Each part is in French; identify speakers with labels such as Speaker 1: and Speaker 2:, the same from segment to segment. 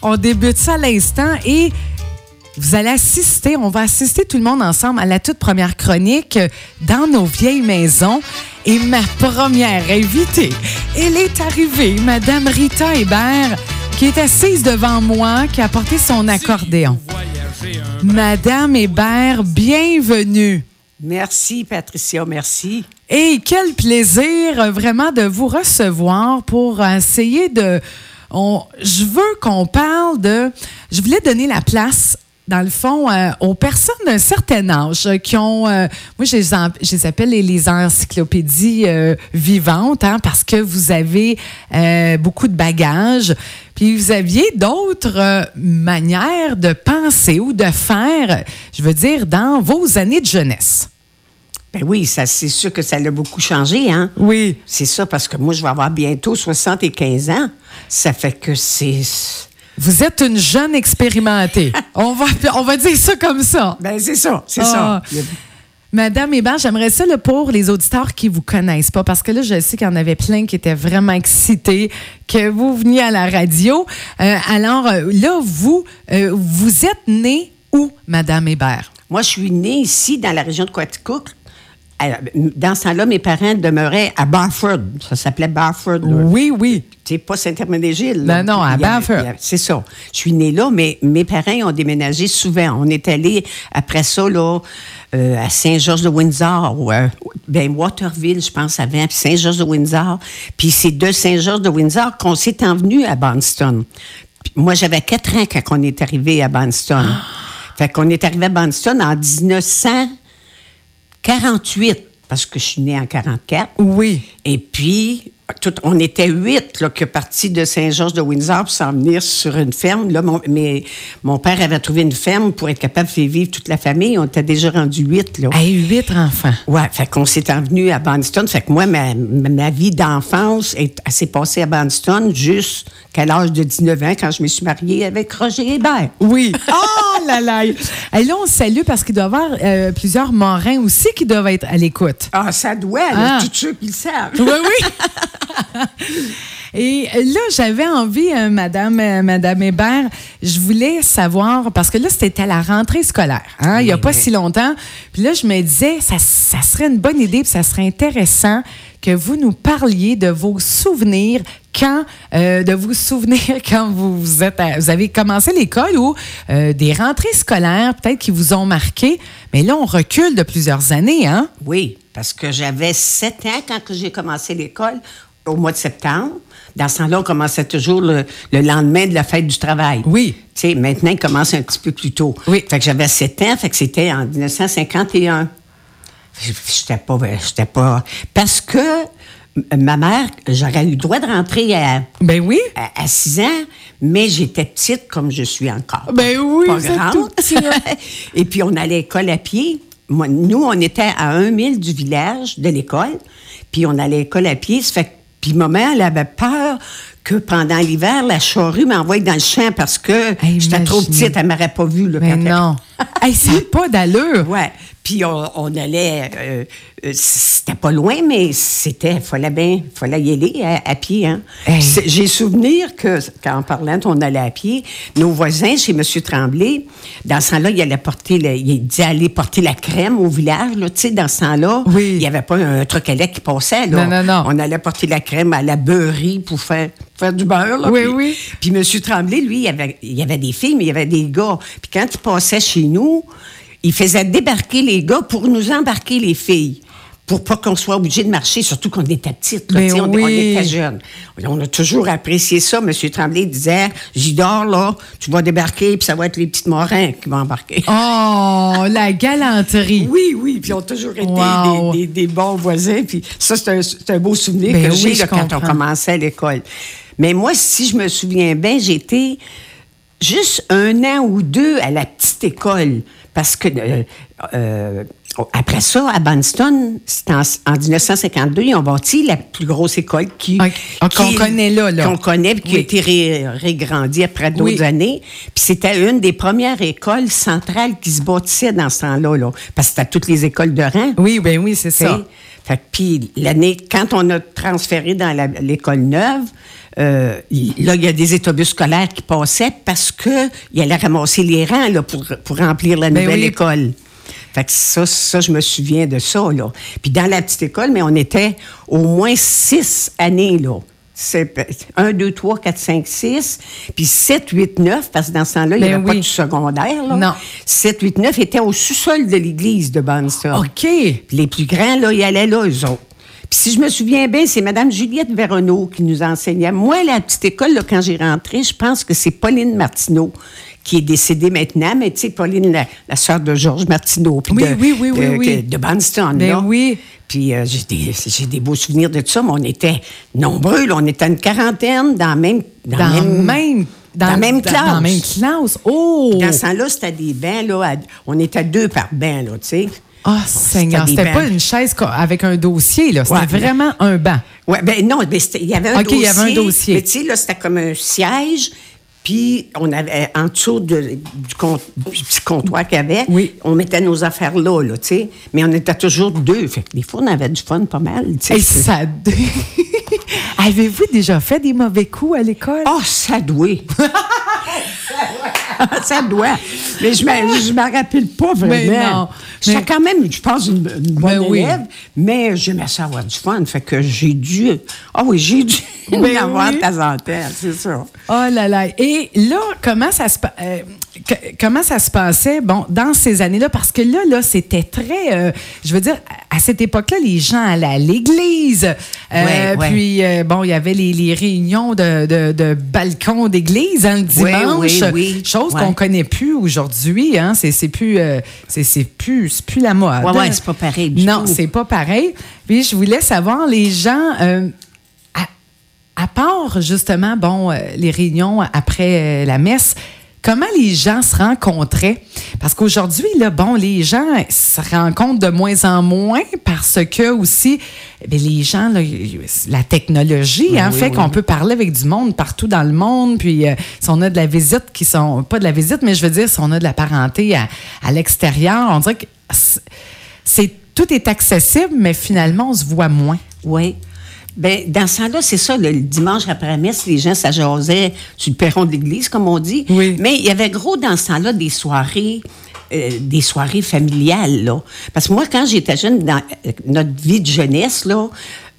Speaker 1: On débute ça à l'instant et vous allez assister, on va assister tout le monde ensemble à la toute première chronique dans nos vieilles maisons. Et ma première invitée, elle est arrivée, Madame Rita Hébert, qui est assise devant moi, qui a porté son accordéon. Madame Hébert, bienvenue.
Speaker 2: Merci, Patricia, merci.
Speaker 1: Et quel plaisir euh, vraiment de vous recevoir pour euh, essayer de... on- je veux qu'on parle de... Je voulais donner la place, dans le fond, euh, aux personnes d'un certain âge euh, qui ont... euh, moi, je les, en- je les appelle les, les encyclopédies euh, vivantes, hein, parce que vous avez euh, beaucoup de bagages. Puis vous aviez d'autres euh, manières de penser ou de faire, je veux dire, dans vos années de jeunesse.
Speaker 2: Ben oui, ça, c'est sûr que ça l'a beaucoup changé, hein?
Speaker 1: Oui.
Speaker 2: C'est ça, parce que moi, je vais avoir bientôt 75 ans. Ça fait que c'est...
Speaker 1: Vous êtes une jeune expérimentée. on, va, on va dire ça comme ça.
Speaker 2: Ben, c'est ça, c'est
Speaker 1: Ah.
Speaker 2: ça. Il y a-
Speaker 1: Madame Hébert, j'aimerais ça là, pour les auditeurs qui vous connaissent pas, parce que là, je sais qu'il y en avait plein qui étaient vraiment excités que vous veniez à la radio. Euh, alors euh, là, vous, euh, vous êtes née où, Madame Hébert?
Speaker 2: Moi, je suis née ici, dans la région de Coaticook. À- Dans ce temps-là, mes parents demeuraient à Barford. Ça s'appelait Barford. là.
Speaker 1: Oui, oui.
Speaker 2: Tu sais, pas Saint-Hermain-des-Gilles.
Speaker 1: Ben Non, non, à
Speaker 2: Il y avait-
Speaker 1: Banffert.
Speaker 2: il y avait- C'est ça. Je suis née là, mais mes parents ont déménagé souvent. On est allé après ça, là, euh, à Saint-Georges-de-Windsor, ou à- ben, Waterville, je pense, avant, puis Saint-Georges-de-Windsor. Puis c'est de Saint-Georges-de-Windsor qu'on s'est envenu à Banston. Puis moi, j'avais quatre ans quand on est arrivé à Banston.
Speaker 1: Ah!
Speaker 2: Fait qu'on est arrivé à Banston en 1948, parce que je suis née en 44.
Speaker 1: Oui.
Speaker 2: Et puis, tout, on était huit là, qui est parti de Saint-Georges-de-Windsor pour s'en venir sur une ferme. Là, mon, mais mon père avait trouvé une ferme pour être capable de faire vivre toute la famille. On était déjà rendu huit. Là.
Speaker 1: À huit enfants.
Speaker 2: Ouais, fait qu'on s'est envenu à Banston. Fait que moi, ma, ma- ma vie d'enfance est- elle s'est passée à Banston jusqu'à l'âge de 19 ans quand je me suis mariée avec Roger Hébert.
Speaker 1: Oui. Oh là là. Et là, on salue parce qu'il doit y avoir euh, plusieurs morins aussi qui doivent être à l'écoute.
Speaker 2: Ah, ça doit,
Speaker 1: là,
Speaker 2: là,
Speaker 1: tous
Speaker 2: tous ceux qui le savent.
Speaker 1: Oui, oui. Et là, j'avais envie, euh, Madame, euh, Madame Hébert, je voulais savoir, parce que là, c'était à la rentrée scolaire, hein, il n'y a pas si longtemps. Puis là, je me disais, ça, ça serait une bonne idée, puis ça serait intéressant que vous nous parliez de vos souvenirs quand, euh, de vos souvenirs quand vous, vous êtes à- vous avez commencé l'école ou euh, des rentrées scolaires, peut-être qui vous ont marqué. Mais là, on recule de plusieurs années, hein?
Speaker 2: Oui, parce que j'avais 7 ans quand que j'ai commencé l'école, au mois de septembre. Dans ce temps-là, on commençait toujours le, le lendemain de la fête du travail.
Speaker 1: Oui.
Speaker 2: Tu sais, maintenant, il commence un petit peu plus tôt.
Speaker 1: Oui.
Speaker 2: Fait que j'avais 7 ans, fait que c'était en 1951. J'étais pas, j'étais pas... Parce que m- ma mère, j'aurais eu le droit de rentrer à
Speaker 1: Ben oui.
Speaker 2: Euh, à, 6 ans, mais j'étais petite comme je suis encore.
Speaker 1: Ben oui,
Speaker 2: pas
Speaker 1: vous êtes
Speaker 2: grande.
Speaker 1: tout petit, hein. là.
Speaker 2: Et puis on allait à l'école à pied. Moi, nous, on était à un mille du village de l'école, puis on allait à l'école à pied. Ça fait que- puis maman, elle avait peur que pendant l'hiver, la charrue m'envoie dans le champ parce que
Speaker 1: Hey,
Speaker 2: j'étais trop
Speaker 1: imaginez.
Speaker 2: petite, elle m'aurait pas vue. Là,
Speaker 1: Mais
Speaker 2: quand elle-
Speaker 1: non. hey, ça n'a pas d'allure.
Speaker 2: Ouais. Puis on, on allait, euh, euh, c'était pas loin, mais c'était, fallait bien, fallait y aller à, à pied. Hein.
Speaker 1: Hey.
Speaker 2: C'est- J'ai souvenir que quand en parlant, on allait à pied. Nos voisins chez M. Tremblay, dans ce temps-là, il allait porter, le- il disait aller porter la crème au village. Là, tu sais, dans ce temps-là,
Speaker 1: Oui.
Speaker 2: il n'y avait pas un truc à lait qui passait. Là.
Speaker 1: Non, non, non.
Speaker 2: On allait porter la crème à la beurrerie pour faire, faire du beurre. là.
Speaker 1: Oui,
Speaker 2: Puis-
Speaker 1: oui.
Speaker 2: puis M. Tremblay, lui, il y avait, il y avait des filles, mais il y avait des gars. Puis quand il passait chez nous, il faisait débarquer les gars pour nous embarquer les filles. Pour pas qu'on soit obligé de marcher, surtout qu'on était petites. là,
Speaker 1: Mais
Speaker 2: tu sais, on,
Speaker 1: Ben oui.
Speaker 2: on était jeunes. On a toujours apprécié ça. M. Tremblay disait J'y dors, là, tu vas débarquer, puis ça va être les petites morins qui vont embarquer.
Speaker 1: Oh, la galanterie.
Speaker 2: Oui, oui, puis ils ont toujours été
Speaker 1: Wow.
Speaker 2: des, des- des bons voisins. Puis ça, c'est un, c'est un beau souvenir
Speaker 1: Ben
Speaker 2: que
Speaker 1: oui,
Speaker 2: j'ai
Speaker 1: je
Speaker 2: là, quand on
Speaker 1: comprends.
Speaker 2: commençait à l'école. Mais moi, si je me souviens bien, j'étais juste un an ou deux à la petite école. Parce que euh, euh, après ça, à Banston, c'est en, en 1952, ils ont bâti la plus grosse école qui,
Speaker 1: Ok, Ah, qu'on
Speaker 2: qui-
Speaker 1: connaît là, là.
Speaker 2: Qu'on connaît, puis qui
Speaker 1: Oui.
Speaker 2: a été ré- régrandie après d'autres
Speaker 1: Oui.
Speaker 2: années. Puis c'était une des premières écoles centrales qui se bâtissait dans ce temps-là, là. Parce que c'était toutes les écoles de rang.
Speaker 1: Oui, ben oui, c'est
Speaker 2: tu sais.
Speaker 1: ça.
Speaker 2: Fait que, puis l'année, quand on a transféré dans la- l'école neuve, euh, il- là, il y a des autobus scolaires qui passaient parce qu'ils allaient ramasser les rangs là, pour, pour remplir la
Speaker 1: Ben
Speaker 2: nouvelle
Speaker 1: oui.
Speaker 2: école. Fait que ça, ça, je me souviens de ça, là. Puis dans la petite école, mais on était au moins six années, là. C'est 1, 2, 3, 4, 5, 6, puis 7, 8, 9, parce que dans ce temps-là, il n'y
Speaker 1: Ben
Speaker 2: avait pas
Speaker 1: oui.
Speaker 2: de secondaire. Là.
Speaker 1: Non.
Speaker 2: 7, 8, 9 étaient au sous-sol de l'église de Barnstone.
Speaker 1: OK.
Speaker 2: Puis les plus grands, là, ils allaient là, eux autres. Puis si je me souviens bien, c'est Mme Juliette Véronneau qui nous enseignait. Moi, la petite école, là, quand j'ai rentré, je pense que c'est Pauline Martineau qui est décédée maintenant, mais tu sais, Pauline, la, la sœur de Georges Martineau. puis
Speaker 1: Oui,
Speaker 2: de,
Speaker 1: oui, oui, oui,
Speaker 2: de-
Speaker 1: oui.
Speaker 2: De Barnston,
Speaker 1: Ben
Speaker 2: là.
Speaker 1: oui.
Speaker 2: Puis euh, j'ai des, j'ai des beaux souvenirs de ça, mais on était nombreux, là. On était une quarantaine dans la même...
Speaker 1: Dans, la même,
Speaker 2: dans la même classe.
Speaker 1: Dans la même classe. Oh!
Speaker 2: Dans ce temps-là, c'était des bains, là. à- on était deux par bain, là, tu sais.
Speaker 1: Ah,
Speaker 2: C'était
Speaker 1: Seigneur,
Speaker 2: des
Speaker 1: c'était
Speaker 2: bancs.
Speaker 1: pas une chaise co- avec un dossier, là. C'était
Speaker 2: Ouais.
Speaker 1: vraiment un banc.
Speaker 2: Oui, ben non, ben, c'était- il y avait un
Speaker 1: OK, il
Speaker 2: dossier.
Speaker 1: y avait un dossier.
Speaker 2: Mais tu sais, là, c'était comme un siège. Puis, on avait, en dessous de- du, com- du petit comptoir qu'il y avait,
Speaker 1: Oui.
Speaker 2: on mettait nos affaires là, là, tu sais. Mais on était toujours deux. Fait que des fois, on avait du fun pas mal, tu sais.
Speaker 1: Et ça. Avez-vous déjà fait des mauvais coups à l'école?
Speaker 2: Ah, ça doit. ça doit. Mais je ne me rappelle pas vraiment.
Speaker 1: Mais non.
Speaker 2: J'étais
Speaker 1: Mais-
Speaker 2: quand même, je pense, une, une bonne
Speaker 1: Ben oui.
Speaker 2: élève, mais j'aimais ça avoir du fun. Fait que j'ai dû. Ah oui, j'ai dû
Speaker 1: Ben
Speaker 2: en avoir
Speaker 1: oui.
Speaker 2: de temps en temps, c'est ça.
Speaker 1: Oh là là. Et là, comment ça se, pa- euh, que- comment ça se passait, bon, dans ces années-là? Parce que là, là, c'était très, euh, je veux dire, à à cette époque-là, les gens allaient à l'église. Euh,
Speaker 2: Ouais, ouais.
Speaker 1: Puis, euh, bon, il y avait les, les réunions de, de, de balcons d'église hein, le
Speaker 2: Ouais,
Speaker 1: dimanche.
Speaker 2: ouais, oui.
Speaker 1: Chose
Speaker 2: Ouais.
Speaker 1: qu'on connaît plus aujourd'hui. Hein, c'est c'est plus, euh, c'est c'est plus, c'est plus la mode.
Speaker 2: Ouais, ouais, c'est pas pareil du
Speaker 1: Non,
Speaker 2: tout.
Speaker 1: c'est pas pareil. Puis, je voulais savoir, les gens... euh, à- à part justement, bon, euh, les réunions après euh, la messe, comment les gens se rencontraient? Parce qu'aujourd'hui, là, bon, les gens euh, se rencontrent de moins en moins parce que aussi, eh bien, les gens, là, y- y- la technologie, en fait qu'on peut parler avec du monde partout dans le monde. Puis euh, si on a de la visite qui sont, pas de la visite, mais je veux dire, si on a de la parenté à, à l'extérieur, on dirait que c'est- c'est, tout est accessible, mais finalement, on se voit moins.
Speaker 2: Oui. Ben, dans ce temps-là, c'est ça, le, le dimanche après la messe, les gens s'ajasaient sur le perron de l'église, comme on dit.
Speaker 1: Oui.
Speaker 2: Mais il y avait gros, dans ce temps-là, des soirées, euh, des soirées familiales, là. Parce que moi, quand j'étais jeune, dans euh, notre vie de jeunesse, là,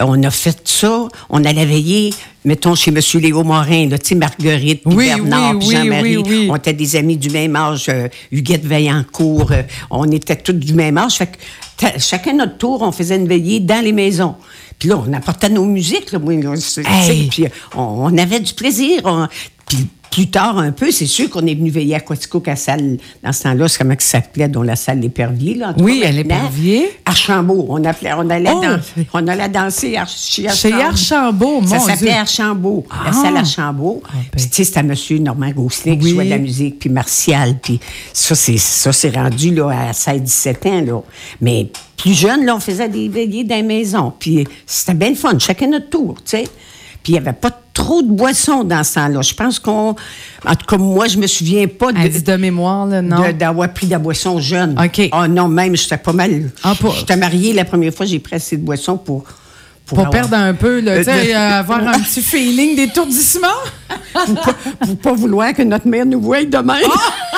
Speaker 2: on a fait ça, on allait veiller, mettons, chez M. Léo Morin, là, tu sais, Marguerite, puis
Speaker 1: Oui,
Speaker 2: Bernard,
Speaker 1: oui,
Speaker 2: puis
Speaker 1: oui,
Speaker 2: Jean-Marie.
Speaker 1: oui, oui.
Speaker 2: On était des amis du même âge, euh, Huguette Vaillancourt, euh, on était tous du même âge. Fait que ta- chacun notre tour, on faisait une veillée dans les maisons. Puis là, on apportait nos musiques, là, moi, là, c'est- tu sais,
Speaker 1: Hey!
Speaker 2: puis euh, on, on avait du plaisir. on- puis plus tard, un peu, c'est sûr qu'on est venu veiller à Quatico, à salle, dans ce temps-là, c'est comment que ça s'appelait, dans la salle L'Épervier, là. en tout
Speaker 1: Oui,
Speaker 2: cas,
Speaker 1: à
Speaker 2: maintenant.
Speaker 1: l'Épervier.
Speaker 2: Archambault, on, appelait, on, allait
Speaker 1: Oh!
Speaker 2: dans- on allait danser à- chez
Speaker 1: Chez
Speaker 2: Archambault.
Speaker 1: Archambault,
Speaker 2: Ça
Speaker 1: mon
Speaker 2: s'appelait
Speaker 1: Dieu.
Speaker 2: Archambault, la
Speaker 1: Ah!
Speaker 2: salle Archambault.
Speaker 1: Ah, ben.
Speaker 2: Puis, tu sais, c'était M. Normand Gosselin qui
Speaker 1: Oui.
Speaker 2: jouait de la musique, puis Martial, puis ça, c'est, ça, c'est rendu, là, à 16-17 ans, là. Mais plus jeune, là, on faisait des veillées dans les maisons, puis c'était bien le fun, chacun notre tour, tu sais. Puis il n'y avait pas trop de boissons dans ce temps-là. Je pense qu'on... En tout cas, moi, je me souviens pas
Speaker 1: Elle dit
Speaker 2: de,
Speaker 1: de mémoire, là, non?
Speaker 2: de- d'avoir pris de la boisson jeune.
Speaker 1: OK.
Speaker 2: Ah non, même, j'étais pas mal...
Speaker 1: Ah, pour-
Speaker 2: J'étais mariée la première fois, j'ai pris assez de boisson pour...
Speaker 1: Pour
Speaker 2: avoir-
Speaker 1: perdre un peu, là,
Speaker 2: Euh,
Speaker 1: tu sais,
Speaker 2: de-
Speaker 1: euh, avoir un petit feeling d'étourdissement.
Speaker 2: pour, pas, pour pas vouloir que notre mère nous voie demain.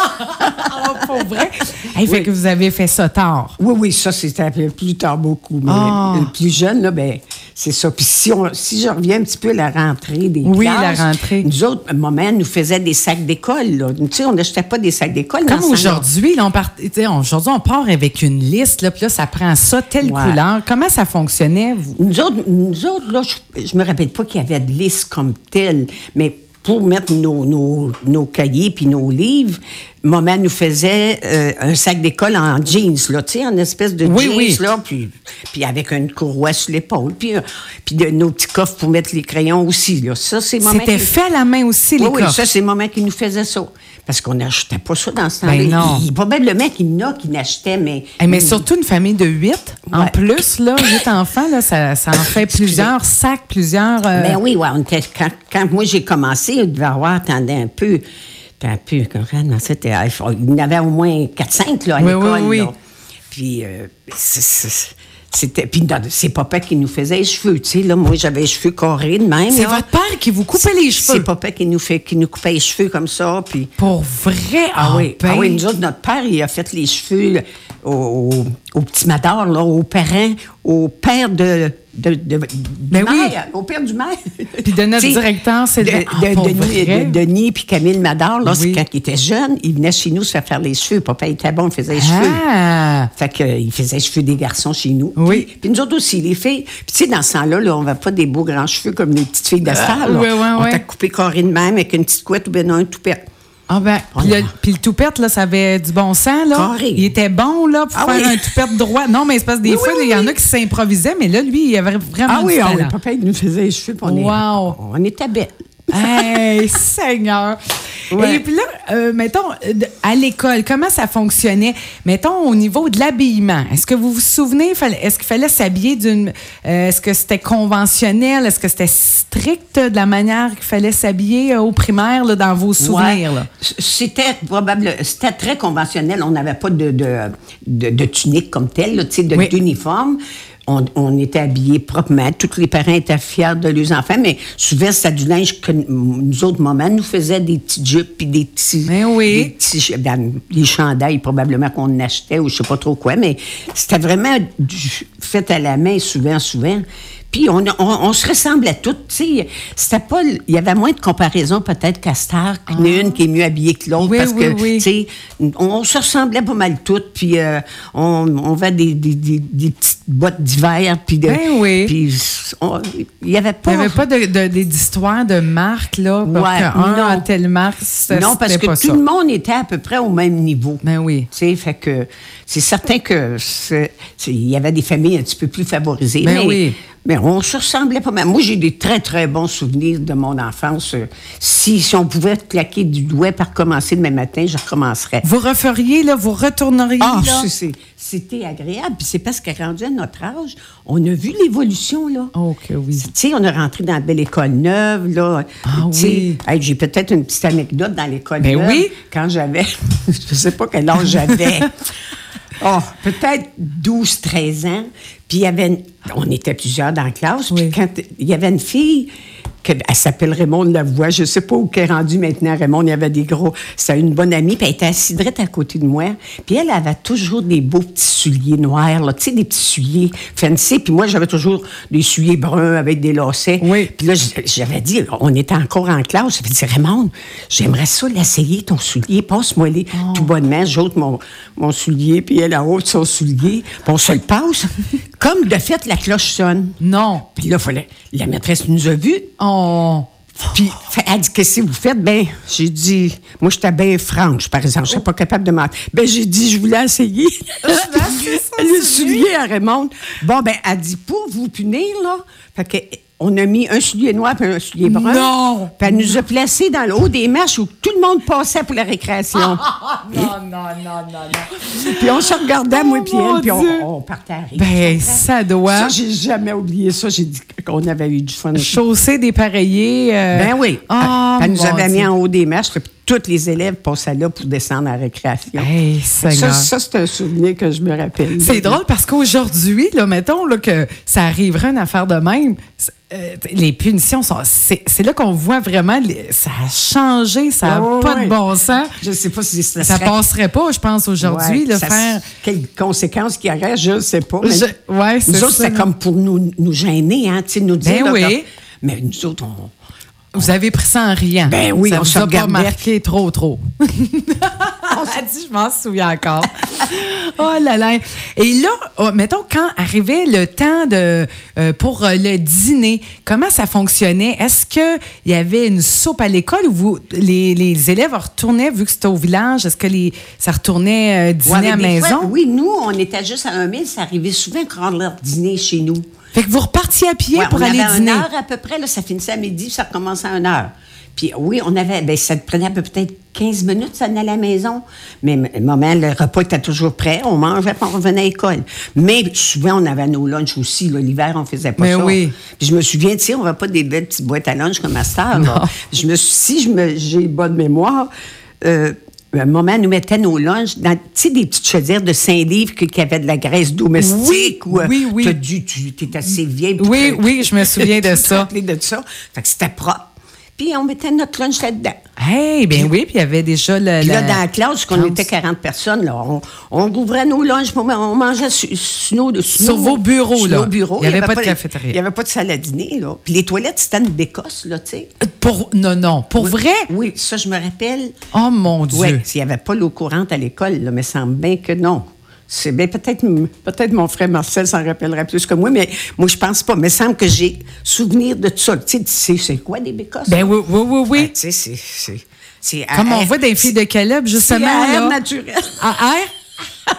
Speaker 1: Ah, pour vrai. Hey, Fait que vous avez fait ça tard.
Speaker 2: Oui, oui, ça, c'était un peu plus tard beaucoup. Mais
Speaker 1: Ah.
Speaker 2: le plus jeune, là, ben, c'est ça. Puis si, on, si je reviens un petit peu à la rentrée des
Speaker 1: Oui,
Speaker 2: classes,
Speaker 1: la rentrée.
Speaker 2: Nous autres, maman nous faisait des sacs d'école. là. Tu sais, on n'achetait pas des sacs d'école. dans
Speaker 1: Comme
Speaker 2: ce temps-là.
Speaker 1: aujourd'hui, là, on part, tu sais, aujourd'hui, on part avec une liste, là, puis là, ça prend ça, telle
Speaker 2: Ouais.
Speaker 1: couleur. Comment ça fonctionnait? vous?
Speaker 2: Nous autres, nous autres là, je, je me rappelle pas qu'il y avait de liste comme telle, mais pour mettre nos, nos, nos cahiers puis nos livres, maman nous faisait euh, un sac d'école en jeans, là, tu sais, en espèce de
Speaker 1: Oui,
Speaker 2: jeans,
Speaker 1: oui.
Speaker 2: là, puis, puis avec une courroie sur l'épaule, puis, euh, puis de, nos petits coffres pour mettre les crayons aussi, là. Ça, c'est maman
Speaker 1: C'était
Speaker 2: qui-
Speaker 1: fait à la main aussi, les
Speaker 2: oui, oui,
Speaker 1: coffres.
Speaker 2: ça, c'est maman qui nous faisait ça. Parce qu'on n'achetait pas ça dans ce temps-là.
Speaker 1: Ben non.
Speaker 2: Il- il- probablement qu'il y en a qui n'achetaient, mais.
Speaker 1: Hey, mais surtout une famille de huit, en
Speaker 2: Mm. Ouais.
Speaker 1: plus, là, huit enfants, là, ça, ça en fait plusieurs sacs, plusieurs... euh,
Speaker 2: Ben oui, ouais, on était- quand, quand moi j'ai commencé, il devait y avoir, attendez un peu, attends un peu, Corinne, dans cette- il faut- il y en avait au moins 4-5 là, à
Speaker 1: Oui,
Speaker 2: l'école.
Speaker 1: oui, oui.
Speaker 2: là. Puis, euh, c'est- c'est- C'était, puis dans- c'est papa qui nous faisait les cheveux, tu sais, là, moi, j'avais les cheveux carrés de même.
Speaker 1: C'est
Speaker 2: là.
Speaker 1: votre père qui vous coupait les cheveux.
Speaker 2: C'est papa qui nous, fait, qui nous coupait les cheveux comme ça, puis...
Speaker 1: Pour vrai,
Speaker 2: Ah
Speaker 1: en
Speaker 2: oui,
Speaker 1: paix.
Speaker 2: ah oui, nous autres, notre père, il a fait les cheveux là, au, au- au petit matard, là, aux parents, au père de, de, de- du
Speaker 1: Ben oui.
Speaker 2: maire, au père du maire.
Speaker 1: Puis de notre
Speaker 2: Tu sais,
Speaker 1: directeur, c'est
Speaker 2: de,
Speaker 1: de- ah,
Speaker 2: de-
Speaker 1: pour
Speaker 2: Denis,
Speaker 1: vrai?
Speaker 2: de- Denis puis Camille Madard, là, c'est
Speaker 1: Oui.
Speaker 2: quand il était jeune, il venait chez nous se faire faire les cheveux. Papa il était bon, il faisait les cheveux.
Speaker 1: Ah!
Speaker 2: Fait qu'il faisait les cheveux des garçons chez nous.
Speaker 1: Oui.
Speaker 2: Puis, puis nous autres aussi, les filles. Puis tu sais, dans ce temps-là, là, on n'avait pas des beaux grands cheveux comme les petites filles de
Speaker 1: Ah,
Speaker 2: star. là.
Speaker 1: ouais, ouais,
Speaker 2: on
Speaker 1: ouais.
Speaker 2: t'a coupé carré de même avec une petite couette ou bien un toupette.
Speaker 1: Ah ben, puis le, puis le toupette, là, ça avait du bon sens, là.
Speaker 2: Carré.
Speaker 1: Il était bon, là, pour
Speaker 2: Ah
Speaker 1: faire
Speaker 2: oui.
Speaker 1: un toupette droit. Non, mais c'est parce que des
Speaker 2: Oui,
Speaker 1: fois,
Speaker 2: oui,
Speaker 1: il y en
Speaker 2: oui.
Speaker 1: a qui s'improvisaient, mais là, lui, il avait vraiment
Speaker 2: Ah oui,
Speaker 1: du
Speaker 2: ah oui,
Speaker 1: talent.
Speaker 2: papa, il nous faisait les cheveux. puis On, est-
Speaker 1: Wow.
Speaker 2: on était belles.
Speaker 1: Hey, Seigneur!
Speaker 2: Ouais.
Speaker 1: Et puis là, euh, mettons, euh, de- à l'école, comment ça fonctionnait? Mettons, au niveau de l'habillement, est-ce que vous vous souvenez, fallait- est-ce qu'il fallait s'habiller d'une... euh, est-ce que c'était conventionnel? Est-ce que c'était strict de la manière qu'il fallait s'habiller euh, au primaire, là, dans vos souvenirs?
Speaker 2: Ouais.
Speaker 1: là?
Speaker 2: C- C'était probable, c'était très conventionnel. On n'avait pas de, de, de- de tunique comme telle, là, tu sais, de-
Speaker 1: Oui.
Speaker 2: d'uniforme. On, on était habillés proprement. Tous les parents étaient fiers de leurs enfants, mais souvent, c'était du linge que n- nous autres, maman, nous faisait des petites jupes puis des petits.
Speaker 1: Mais oui.
Speaker 2: des petits ch- ben, les chandails, probablement qu'on achetait ou je sais pas trop quoi, mais c'était vraiment du- fait à la main souvent, souvent. Puis on, on, on se ressemblait toutes, tu sais. C'était pas... l- Il y avait moins de comparaison peut-être qu'à Star, qu'une une qui est mieux habillée que l'autre,
Speaker 1: Ah. Oui,
Speaker 2: parce
Speaker 1: oui,
Speaker 2: que,
Speaker 1: oui.
Speaker 2: tu sais, on, on se ressemblait pas mal toutes, puis euh, on, on avait des, des, des, des petites bottes d'hiver, puis... de-
Speaker 1: Ben oui.
Speaker 2: Puis on- il y avait pas...
Speaker 1: Il n'y avait pas de- de- des- d'histoire de, marque, là, parce
Speaker 2: Ouais,
Speaker 1: qu'un
Speaker 2: non.
Speaker 1: a telle marque, ça,
Speaker 2: non, parce
Speaker 1: c'était
Speaker 2: que
Speaker 1: pas
Speaker 2: tout
Speaker 1: ça.
Speaker 2: le monde était à peu près au même niveau.
Speaker 1: Ben oui.
Speaker 2: Tu sais, fait que c'est certain que c'est- c'est- il y avait des familles un petit peu plus favorisées.
Speaker 1: Ben
Speaker 2: mais,
Speaker 1: oui.
Speaker 2: Mais on se ressemblait pas mal. Moi, j'ai des très, très bons souvenirs de mon enfance. Euh, Si, si on pouvait claquer du doigt par commencer demain matin, je recommencerais.
Speaker 1: Vous referiez, là, vous retourneriez,
Speaker 2: Ah,
Speaker 1: là?
Speaker 2: c'est- c'est- c'était agréable. Puis c'est parce qu'à rendu à notre âge, on a vu l'évolution, là.
Speaker 1: Oh, que oui.
Speaker 2: Tu sais, on est rentré dans la belle école neuve, là.
Speaker 1: Ah
Speaker 2: Tu sais,
Speaker 1: oui.
Speaker 2: hey, j'ai peut-être une petite anecdote dans l'école
Speaker 1: Ben
Speaker 2: neuve.
Speaker 1: oui.
Speaker 2: Quand j'avais, je sais pas quel âge j'avais. Oh, peut-être 12, 13 ans. Puis il y avait, une- on était plusieurs dans la classe. Puis
Speaker 1: Oui.
Speaker 2: quand il y avait une fille, que, elle s'appelle Raymond Lavoie, je sais pas où qu'elle est rendue maintenant, Raymond, il y avait des gros, c'était une bonne amie, puis elle était assise drette à côté de moi. Puis elle avait toujours des beaux petits souliers noirs, là, tu sais, des petits souliers fancy. Puis moi, j'avais toujours des souliers bruns avec des lacets.
Speaker 1: Oui.
Speaker 2: Puis là, j- j'avais dit, on était encore en classe, j'avais dit, Raymond, j'aimerais ça l'essayer, ton soulier, passe-moi les. Tout bonnement, j'ôte mon, mon soulier, puis elle a ôte son soulier, puis on se le passe. Comme de fait, la cloche sonne.
Speaker 1: Non. Oh.
Speaker 2: Puis là, fallait, la maîtresse nous a vus.
Speaker 1: On...
Speaker 2: Puis fait- elle dit Qu'est-ce que vous faites Ben, j'ai dit Moi, j'étais bien franche, par exemple. Je n'étais pas capable de mentir. Ben, j'ai dit Je voulais essayer.
Speaker 1: Ah, essayer son soulier.
Speaker 2: Le soulier à Raymond. Bon, ben, elle dit Pour vous punir, là. Fait que. On a mis un soulier noir et un soulier brun.
Speaker 1: Non!
Speaker 2: Puis elle nous a placés dans le haut des marches où tout le monde passait pour la récréation.
Speaker 1: Ah! non, non, non, non, non.
Speaker 2: puis on se regardait, moi
Speaker 1: Oh,
Speaker 2: puis
Speaker 1: mon
Speaker 2: elle, puis
Speaker 1: Dieu.
Speaker 2: on, on partait à rire.
Speaker 1: Ben, ça doit.
Speaker 2: Ça, j'ai jamais oublié ça. J'ai dit qu'on avait eu du fun.
Speaker 1: Chaussée, dépareillée. euh,
Speaker 2: Ben oui.
Speaker 1: Ah,
Speaker 2: elle nous
Speaker 1: mon
Speaker 2: avait mis
Speaker 1: Dieu.
Speaker 2: en haut des marches, puis tous les élèves passaient là pour descendre à la récréation.
Speaker 1: Hey,
Speaker 2: ça,
Speaker 1: Seigneur.
Speaker 2: ça, c'est un souvenir que je me rappelle.
Speaker 1: C'est drôle parce qu'aujourd'hui, là, mettons là, que ça arriverait une affaire de même, c'est- euh, les punitions sont. C'est c'est là qu'on voit vraiment. les- ça a changé, ça n'a
Speaker 2: Ah, ouais,
Speaker 1: pas
Speaker 2: ouais.
Speaker 1: de bon sens.
Speaker 2: Je sais pas si ça,
Speaker 1: Ça
Speaker 2: serait-
Speaker 1: passerait pas, je pense, aujourd'hui,
Speaker 2: Ouais,
Speaker 1: le
Speaker 2: ça-
Speaker 1: faire.
Speaker 2: Quelles conséquences qu'il y aurait, je sais pas. mais
Speaker 1: Je- ouais, c'est
Speaker 2: nous autres,
Speaker 1: ça.
Speaker 2: c'était comme pour nous, nous gêner, hein, tu sais, nous
Speaker 1: Ben
Speaker 2: dire. là,
Speaker 1: oui.
Speaker 2: que- mais nous autres, on.
Speaker 1: Vous avez pris ça en riant.
Speaker 2: Ben oui,
Speaker 1: ça
Speaker 2: on
Speaker 1: vous
Speaker 2: se
Speaker 1: a pas
Speaker 2: regardait.
Speaker 1: marqué trop, trop. on a dit, je m'en souviens encore. oh là là. Et là, oh, mettons, quand arrivait le temps de euh, pour euh, le dîner, comment ça fonctionnait? Est-ce qu'il y avait une soupe à l'école ou vous, les, les élèves retournaient, vu que c'était au village, est-ce que les, ça retournait euh, dîner
Speaker 2: Ouais, mais
Speaker 1: à
Speaker 2: des
Speaker 1: maison?
Speaker 2: fois, oui, nous, on était juste à un mille, ça arrivait souvent quand leur dîner chez nous.
Speaker 1: Fait que vous repartiez à pied
Speaker 2: Ouais,
Speaker 1: pour
Speaker 2: on
Speaker 1: aller
Speaker 2: avait
Speaker 1: dîner.
Speaker 2: une heure à peu près, là, ça finissait à midi, puis ça recommençait à une heure. Puis oui, on avait, ben, ça prenait à peu peut-être 15 minutes, ça venait à la maison. Mais m- maman, le repas était toujours prêt, on mangeait, puis on revenait à l'école. Mais souvent, on avait nos lunchs aussi. là. L'hiver, on faisait pas
Speaker 1: Mais
Speaker 2: ça.
Speaker 1: oui.
Speaker 2: Puis je me souviens, tu sais, on va pas des belles petites boîtes à lunch comme à Star. là. Je me, suis- si je me- j'ai bonne mémoire, euh, un moment, nous mettait nos lunchs dans, tu sais, des petites chaudières de 5 livres qui, qui avaient de la graisse domestique.
Speaker 1: Oui,
Speaker 2: euh,
Speaker 1: oui, oui.
Speaker 2: T'as dû, tu étais assez vieille. pour
Speaker 1: Oui,
Speaker 2: te-
Speaker 1: oui, je me souviens de
Speaker 2: te
Speaker 1: ça.
Speaker 2: rappeler de ça. Fait que c'était propre. Puis on mettait notre lunch là-dedans.
Speaker 1: Hey, ben oui, puis il y avait déjà le.
Speaker 2: Puis là,
Speaker 1: la-
Speaker 2: dans la classe, qu'on
Speaker 1: Classe.
Speaker 2: était 40 personnes, là, on, on ouvrait nos lunchs, on on mangeait su- sur, nos,
Speaker 1: Sur vos bureaux,
Speaker 2: sur
Speaker 1: là.
Speaker 2: nos bureaux.
Speaker 1: Il y avait pas de cafétéria.
Speaker 2: Il n'y avait pas de salle à dîner, là. Puis les toilettes, c'était une bécosse, là, tu sais.
Speaker 1: Pour, non, non, pour vrai?
Speaker 2: Oui, ça, je me rappelle.
Speaker 1: Oh mon Dieu.
Speaker 2: Oui, s'il n'y avait pas l'eau courante à l'école, là, mais semble bien que non. C'est bien peut-être peut-être mon frère Marcel s'en rappellera plus que moi, mais moi je pense pas. Mais semble que j'ai souvenir de tout ça. Tu sais, c'est- c'est quoi des bécosses
Speaker 1: Ben oui, oui, oui,
Speaker 2: Ah,
Speaker 1: oui.
Speaker 2: tu sais, c'est- c'est- c'est à
Speaker 1: Comme on
Speaker 2: air-
Speaker 1: voit des filles de Caleb,
Speaker 2: c'est à
Speaker 1: justement.
Speaker 2: air
Speaker 1: là.
Speaker 2: naturel.
Speaker 1: À air?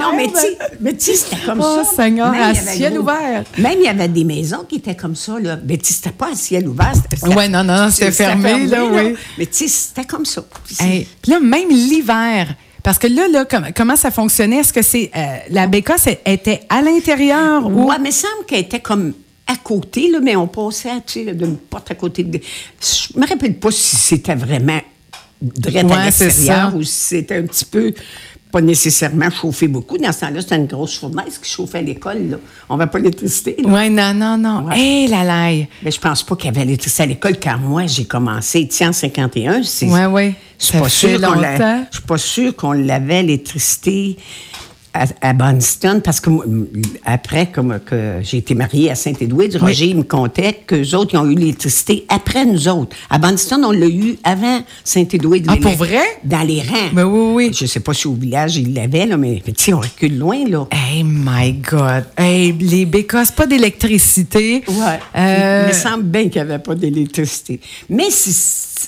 Speaker 2: Non, mais tu sais- mais tu sais, c'était comme
Speaker 1: ben, Oh,
Speaker 2: ça.
Speaker 1: Seigneur,
Speaker 2: Même, il y
Speaker 1: à
Speaker 2: avait
Speaker 1: ciel
Speaker 2: gros-
Speaker 1: ouvert.
Speaker 2: Même il y avait des maisons qui étaient comme ça, là. Mais tu sais, c'était pas à ciel ouvert. c'était- c'était-
Speaker 1: Ouais, non, non, non, c'était fermé, là, oui.
Speaker 2: Mais tu sais, c'était comme ça. Puis c'est-
Speaker 1: Hey, puis là, même l'hiver, parce que là, là com- comment ça fonctionnait? Est-ce que c'est euh, la bécasse elle était à l'intérieur ou
Speaker 2: Oui, mais semble qu'elle était comme à côté, là, mais on passait tu sais, d'une porte à côté. De... Je me rappelle pas si c'était vraiment direct à
Speaker 1: Ouais, c'est
Speaker 2: l'extérieur
Speaker 1: ça.
Speaker 2: ou si c'était un petit peu pas nécessairement chauffé beaucoup. Dans ce temps-là, c'était une grosse fournaise qui chauffait à l'école. Là. On va pas l'électricité. là.
Speaker 1: Ouais, non, non, non.
Speaker 2: Ouais.
Speaker 1: Hé, la laille.
Speaker 2: Mais je pense pas qu'il y avait l'électricité à l'école quand moi j'ai commencé. Tu sais, en 51, c'est.
Speaker 1: Ouais, ouais.
Speaker 2: Je suis
Speaker 1: Ça
Speaker 2: pas
Speaker 1: fait
Speaker 2: sûre qu'on l'a-
Speaker 1: longtemps.
Speaker 2: Je suis pas sûre qu'on l'avait l'électricité à, à Bonston parce que moi, m- après comme que j'ai été mariée à Saint-Édouard, Roger il me contait qu'eux autres ils ont eu l'électricité après nous autres. À Bonston, on l'a eu avant Saint-Édouard.
Speaker 1: Ah, pour vrai?
Speaker 2: Dans les rangs.
Speaker 1: Ben oui, oui.
Speaker 2: Je sais pas si au village ils l'avaient là, mais, mais tu sais on recule loin là.
Speaker 1: Hey, my God. Hey, les bécasses, pas d'électricité.
Speaker 2: Ouais.
Speaker 1: Euh,
Speaker 2: Il me semble bien qu'il n'y avait pas d'électricité. Mais si-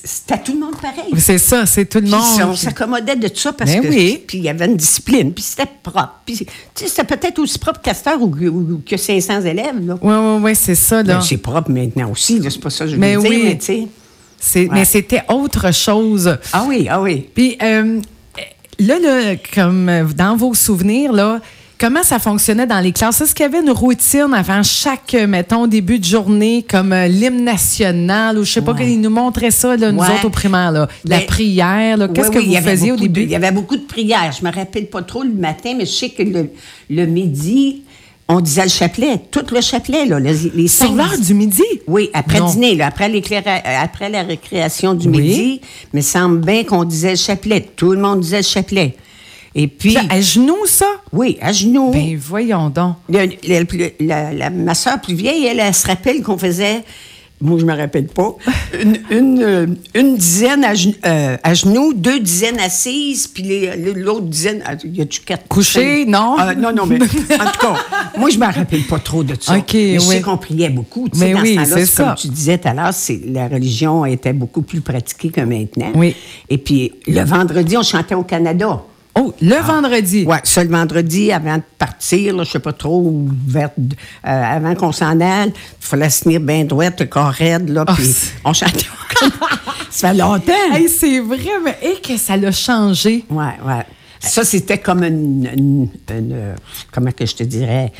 Speaker 2: c'était à tout le monde pareil.
Speaker 1: c'est ça, c'est tout le
Speaker 2: Puis
Speaker 1: monde.
Speaker 2: on s'accommodait de tout ça parce
Speaker 1: Ben
Speaker 2: que
Speaker 1: oui.
Speaker 2: puis il y avait une discipline, puis c'était propre. Puis tu sais, c'était peut-être aussi propre qu'Astor ou, ou- ou que 500 élèves là.
Speaker 1: Oui, oui, oui, c'est ça, là.
Speaker 2: Ben, c'est propre maintenant aussi, là, c'est pas ça que je veux
Speaker 1: Mais
Speaker 2: dire,
Speaker 1: Ben oui.
Speaker 2: mais tu sais.
Speaker 1: C'est-
Speaker 2: Ouais.
Speaker 1: Mais c'était autre chose.
Speaker 2: Ah oui, ah oui.
Speaker 1: Puis euh, là, là, comme euh, dans vos souvenirs, là, comment ça fonctionnait dans les classes? Est-ce qu'il y avait une routine avant chaque, euh, mettons, début de journée, comme euh, l'hymne national ou je sais pas,
Speaker 2: Ouais.
Speaker 1: qu'ils nous montraient ça, là, nous
Speaker 2: Ouais.
Speaker 1: autres au primaire, là, la
Speaker 2: Ben,
Speaker 1: prière, là, qu'est-ce
Speaker 2: Oui,
Speaker 1: que
Speaker 2: oui, il y
Speaker 1: vous
Speaker 2: avait
Speaker 1: faisiez au
Speaker 2: beaucoup de-
Speaker 1: début?
Speaker 2: il y avait beaucoup de prières. Je me rappelle pas trop le matin, mais je sais que le, le midi, on disait le chapelet, tout le chapelet, là, les, les
Speaker 1: Sur
Speaker 2: cinq-
Speaker 1: l'heure du midi?
Speaker 2: Oui, après
Speaker 1: Non.
Speaker 2: dîner, là, après, l'éclaira- euh, après la récréation du
Speaker 1: Oui.
Speaker 2: midi, mais semble bien qu'on disait le chapelet. Tout le monde disait le chapelet. Et puis,
Speaker 1: Puis à genoux, ça?
Speaker 2: oui, à genoux.
Speaker 1: Ben voyons donc.
Speaker 2: Le- le- le- la- la- ma soeur plus vieille, elle, elle se rappelle qu'on faisait, moi je me rappelle pas, une, une, euh, une dizaine à, gen- euh, à genoux, deux dizaines assises, puis les- le- l'autre dizaine, ah, y a-tu quatre
Speaker 1: Couché,
Speaker 2: cinq?
Speaker 1: non?
Speaker 2: Ah, non, non, mais en tout cas, moi je me rappelle pas trop de ça.
Speaker 1: OK,
Speaker 2: mais je
Speaker 1: oui.
Speaker 2: sais qu'on priait beaucoup. tu sais,
Speaker 1: Mais
Speaker 2: dans ce
Speaker 1: oui,
Speaker 2: temps-là,
Speaker 1: c'est
Speaker 2: c'est comme
Speaker 1: ça.
Speaker 2: tu disais tout à l'heure, c'est- la religion était beaucoup plus pratiquée que maintenant.
Speaker 1: Oui.
Speaker 2: Et puis le vendredi, on chantait au Canada.
Speaker 1: Oh,
Speaker 2: Ah.
Speaker 1: le vendredi.
Speaker 2: Oui, ça le vendredi avant de partir, là, je sais pas trop, vers, euh, avant qu'on s'en aille, il fallait se tenir bien droite, le corps raide, là,
Speaker 1: Oh,
Speaker 2: puis
Speaker 1: c'est-
Speaker 2: on chantait. ça fait longtemps.
Speaker 1: Hey, c'est vrai, mais hey, que ça l'a changé.
Speaker 2: Oui, oui. Ça, c'était comme une, une- une, euh, Comment que je te dirais?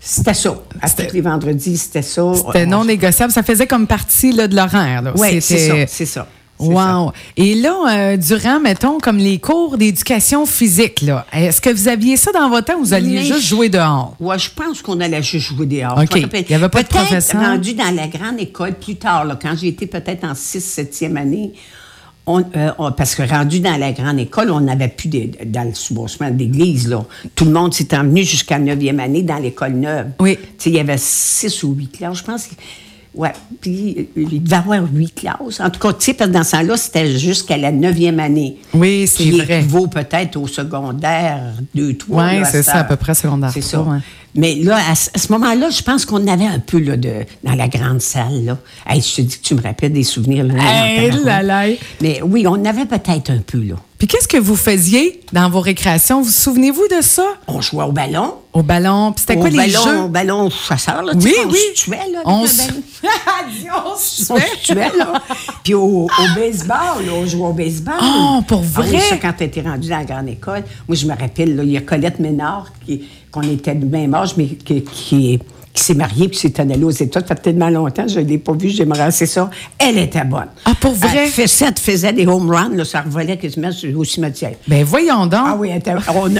Speaker 2: C'était ça. À tous les vendredis, c'était ça.
Speaker 1: C'était non négociable. Ça faisait comme partie là, de l'horaire. là.
Speaker 2: Oui, c'est ça.
Speaker 1: C'était-
Speaker 2: C'est ça. c'est ça.
Speaker 1: Wow. Et là, euh, durant, mettons, comme les cours d'éducation physique, là, est-ce que vous aviez ça dans votre temps ou vous alliez
Speaker 2: Mais-
Speaker 1: juste jouer dehors?
Speaker 2: Ouais, je pense qu'on allait juste jouer dehors.
Speaker 1: OK.
Speaker 2: Je me rappelle-
Speaker 1: Il y avait pas de
Speaker 2: Peut-être
Speaker 1: professeur.
Speaker 2: rendu dans la grande école plus tard, là, quand j'ai été peut-être en 6 7e année. on- euh, on- parce que rendu dans la grande école, on n'avait plus de, dans le soubassement d'église. là. Tout le monde s'est emmené jusqu'à 9e année dans l'école neuve.
Speaker 1: Oui.
Speaker 2: Tu sais, Il y avait 6 ou 8 classes, je pense. que- Ouais, puis euh, il devait y avoir 8 classes. En tout cas, tu sais, parce que dans ce temps-là, c'était jusqu'à la 9e année.
Speaker 1: Oui, c'est
Speaker 2: Qui
Speaker 1: vrai.
Speaker 2: équivaut peut-être au secondaire 2, 3.
Speaker 1: Ouais, c'est ça, à peu près secondaire
Speaker 2: C'est ça.
Speaker 1: trois, ouais.
Speaker 2: Mais là, à, ce- à ce moment-là, je pense qu'on avait un peu là, de, dans la grande salle. Là. Hey, je te dis que tu me rappelles des souvenirs. Là,
Speaker 1: Hey,
Speaker 2: en tabarouette.
Speaker 1: là, là.
Speaker 2: Mais oui, on avait peut-être un peu. là.
Speaker 1: Puis qu'est-ce que vous faisiez dans vos récréations? Vous vous souvenez-vous de ça?
Speaker 2: On jouait au ballon.
Speaker 1: Au ballon? Puis c'était
Speaker 2: au
Speaker 1: quoi les
Speaker 2: ballon,
Speaker 1: jeux?
Speaker 2: Au ballon chasseur. Là, tu
Speaker 1: Oui,
Speaker 2: sais, on
Speaker 1: oui.
Speaker 2: se tuait. Là,
Speaker 1: On
Speaker 2: avec le
Speaker 1: se-
Speaker 2: ballon.
Speaker 1: on se
Speaker 2: On se tuait, là. Puis au, au baseball, là, on jouait au baseball.
Speaker 1: Oh, pour
Speaker 2: Ah oui,
Speaker 1: vrai?
Speaker 2: ça, quand t'étais rendu dans la grande école. Moi, je me rappelle, là, il y a Colette Ménard, qui- qu'on était du même âge, mais qui, qui, qui qui s'est mariée puis s'est en allée aux États. Ça fait tellement longtemps, je ne l'ai pas vue, j'aimerais assez ça. Elle était bonne.
Speaker 1: Ah, pour vrai?
Speaker 2: Elle faisait, elle faisait des home runs, là, ça revolait quasiment sur- au cimetière.
Speaker 1: Ben voyons donc.
Speaker 2: Ah oui, elle était. on-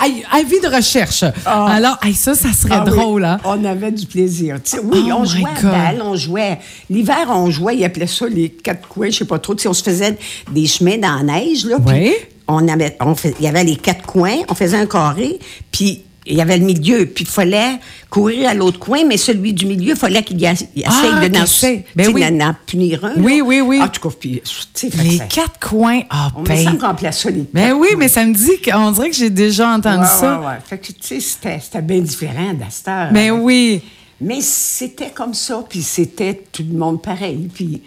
Speaker 1: Aïe, Avis de recherche.
Speaker 2: Ah.
Speaker 1: Alors, aïe, ça, ça serait
Speaker 2: Ah oui,
Speaker 1: drôle, hein?
Speaker 2: On avait du plaisir. Tu sais, oui,
Speaker 1: Oh
Speaker 2: on
Speaker 1: my
Speaker 2: jouait à
Speaker 1: God.
Speaker 2: balle, on jouait. L'hiver, on jouait, ils appelaient ça les quatre coins, je sais pas trop. Tu sais, on se faisait des chemins dans la neige, là. puis
Speaker 1: Oui.
Speaker 2: On avait, on fais- il y avait les quatre coins, on faisait un carré, puis il y avait le milieu, puis il fallait courir à l'autre coin, mais celui du milieu, il fallait qu'il y a- il
Speaker 1: Ah,
Speaker 2: essaye de
Speaker 1: qu'il
Speaker 2: n'en
Speaker 1: essaye.
Speaker 2: tu sais,
Speaker 1: Ben oui.
Speaker 2: d'en- d'en punir un.
Speaker 1: Oui,
Speaker 2: là.
Speaker 1: oui, oui.
Speaker 2: En tout cas, puis, tu sais, fait que
Speaker 1: Les
Speaker 2: ça-
Speaker 1: quatre coins. Ah,
Speaker 2: on me
Speaker 1: ben.
Speaker 2: semble qu'on appelait ça les
Speaker 1: Ben
Speaker 2: quatre
Speaker 1: oui,
Speaker 2: coins.
Speaker 1: mais ça me dit qu'on dirait que j'ai déjà entendu
Speaker 2: Ouais,
Speaker 1: ça.
Speaker 2: ouais, ouais. Fait que, tu sais, c'était c'était bien différent d'à cette heure.
Speaker 1: Ben oui.
Speaker 2: Mais c'était comme ça, puis c'était tout le monde pareil. Puis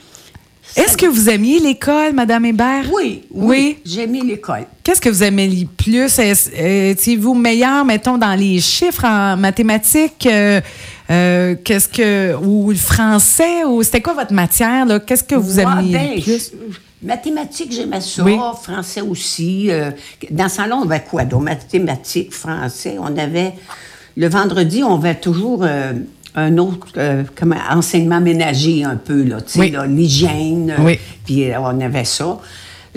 Speaker 1: Est-ce que vous aimiez l'école, Madame Hébert?
Speaker 2: oui, oui,
Speaker 1: Oui.
Speaker 2: j'aimais l'école.
Speaker 1: Qu'est-ce que vous aimez le plus? Est-ce- euh, Étiez-vous meilleur, mettons, dans les chiffres, en mathématiques? euh, euh, Qu'est-ce que. Ou le français? Ou c'était quoi votre matière? là? Qu'est-ce que vous
Speaker 2: Moi,
Speaker 1: aimiez
Speaker 2: ben,
Speaker 1: le plus?
Speaker 2: je- mathématiques, j'aimais ça.
Speaker 1: Oui.
Speaker 2: Français aussi. euh, dans ce salon, on avait quoi? Donc, mathématiques, français. On avait. Le vendredi, on avait toujours euh, un autre euh, comment, enseignement ménager un peu, là. Tu sais,
Speaker 1: Oui.
Speaker 2: là, l'hygiène. euh,
Speaker 1: Oui.
Speaker 2: Puis euh, on avait ça.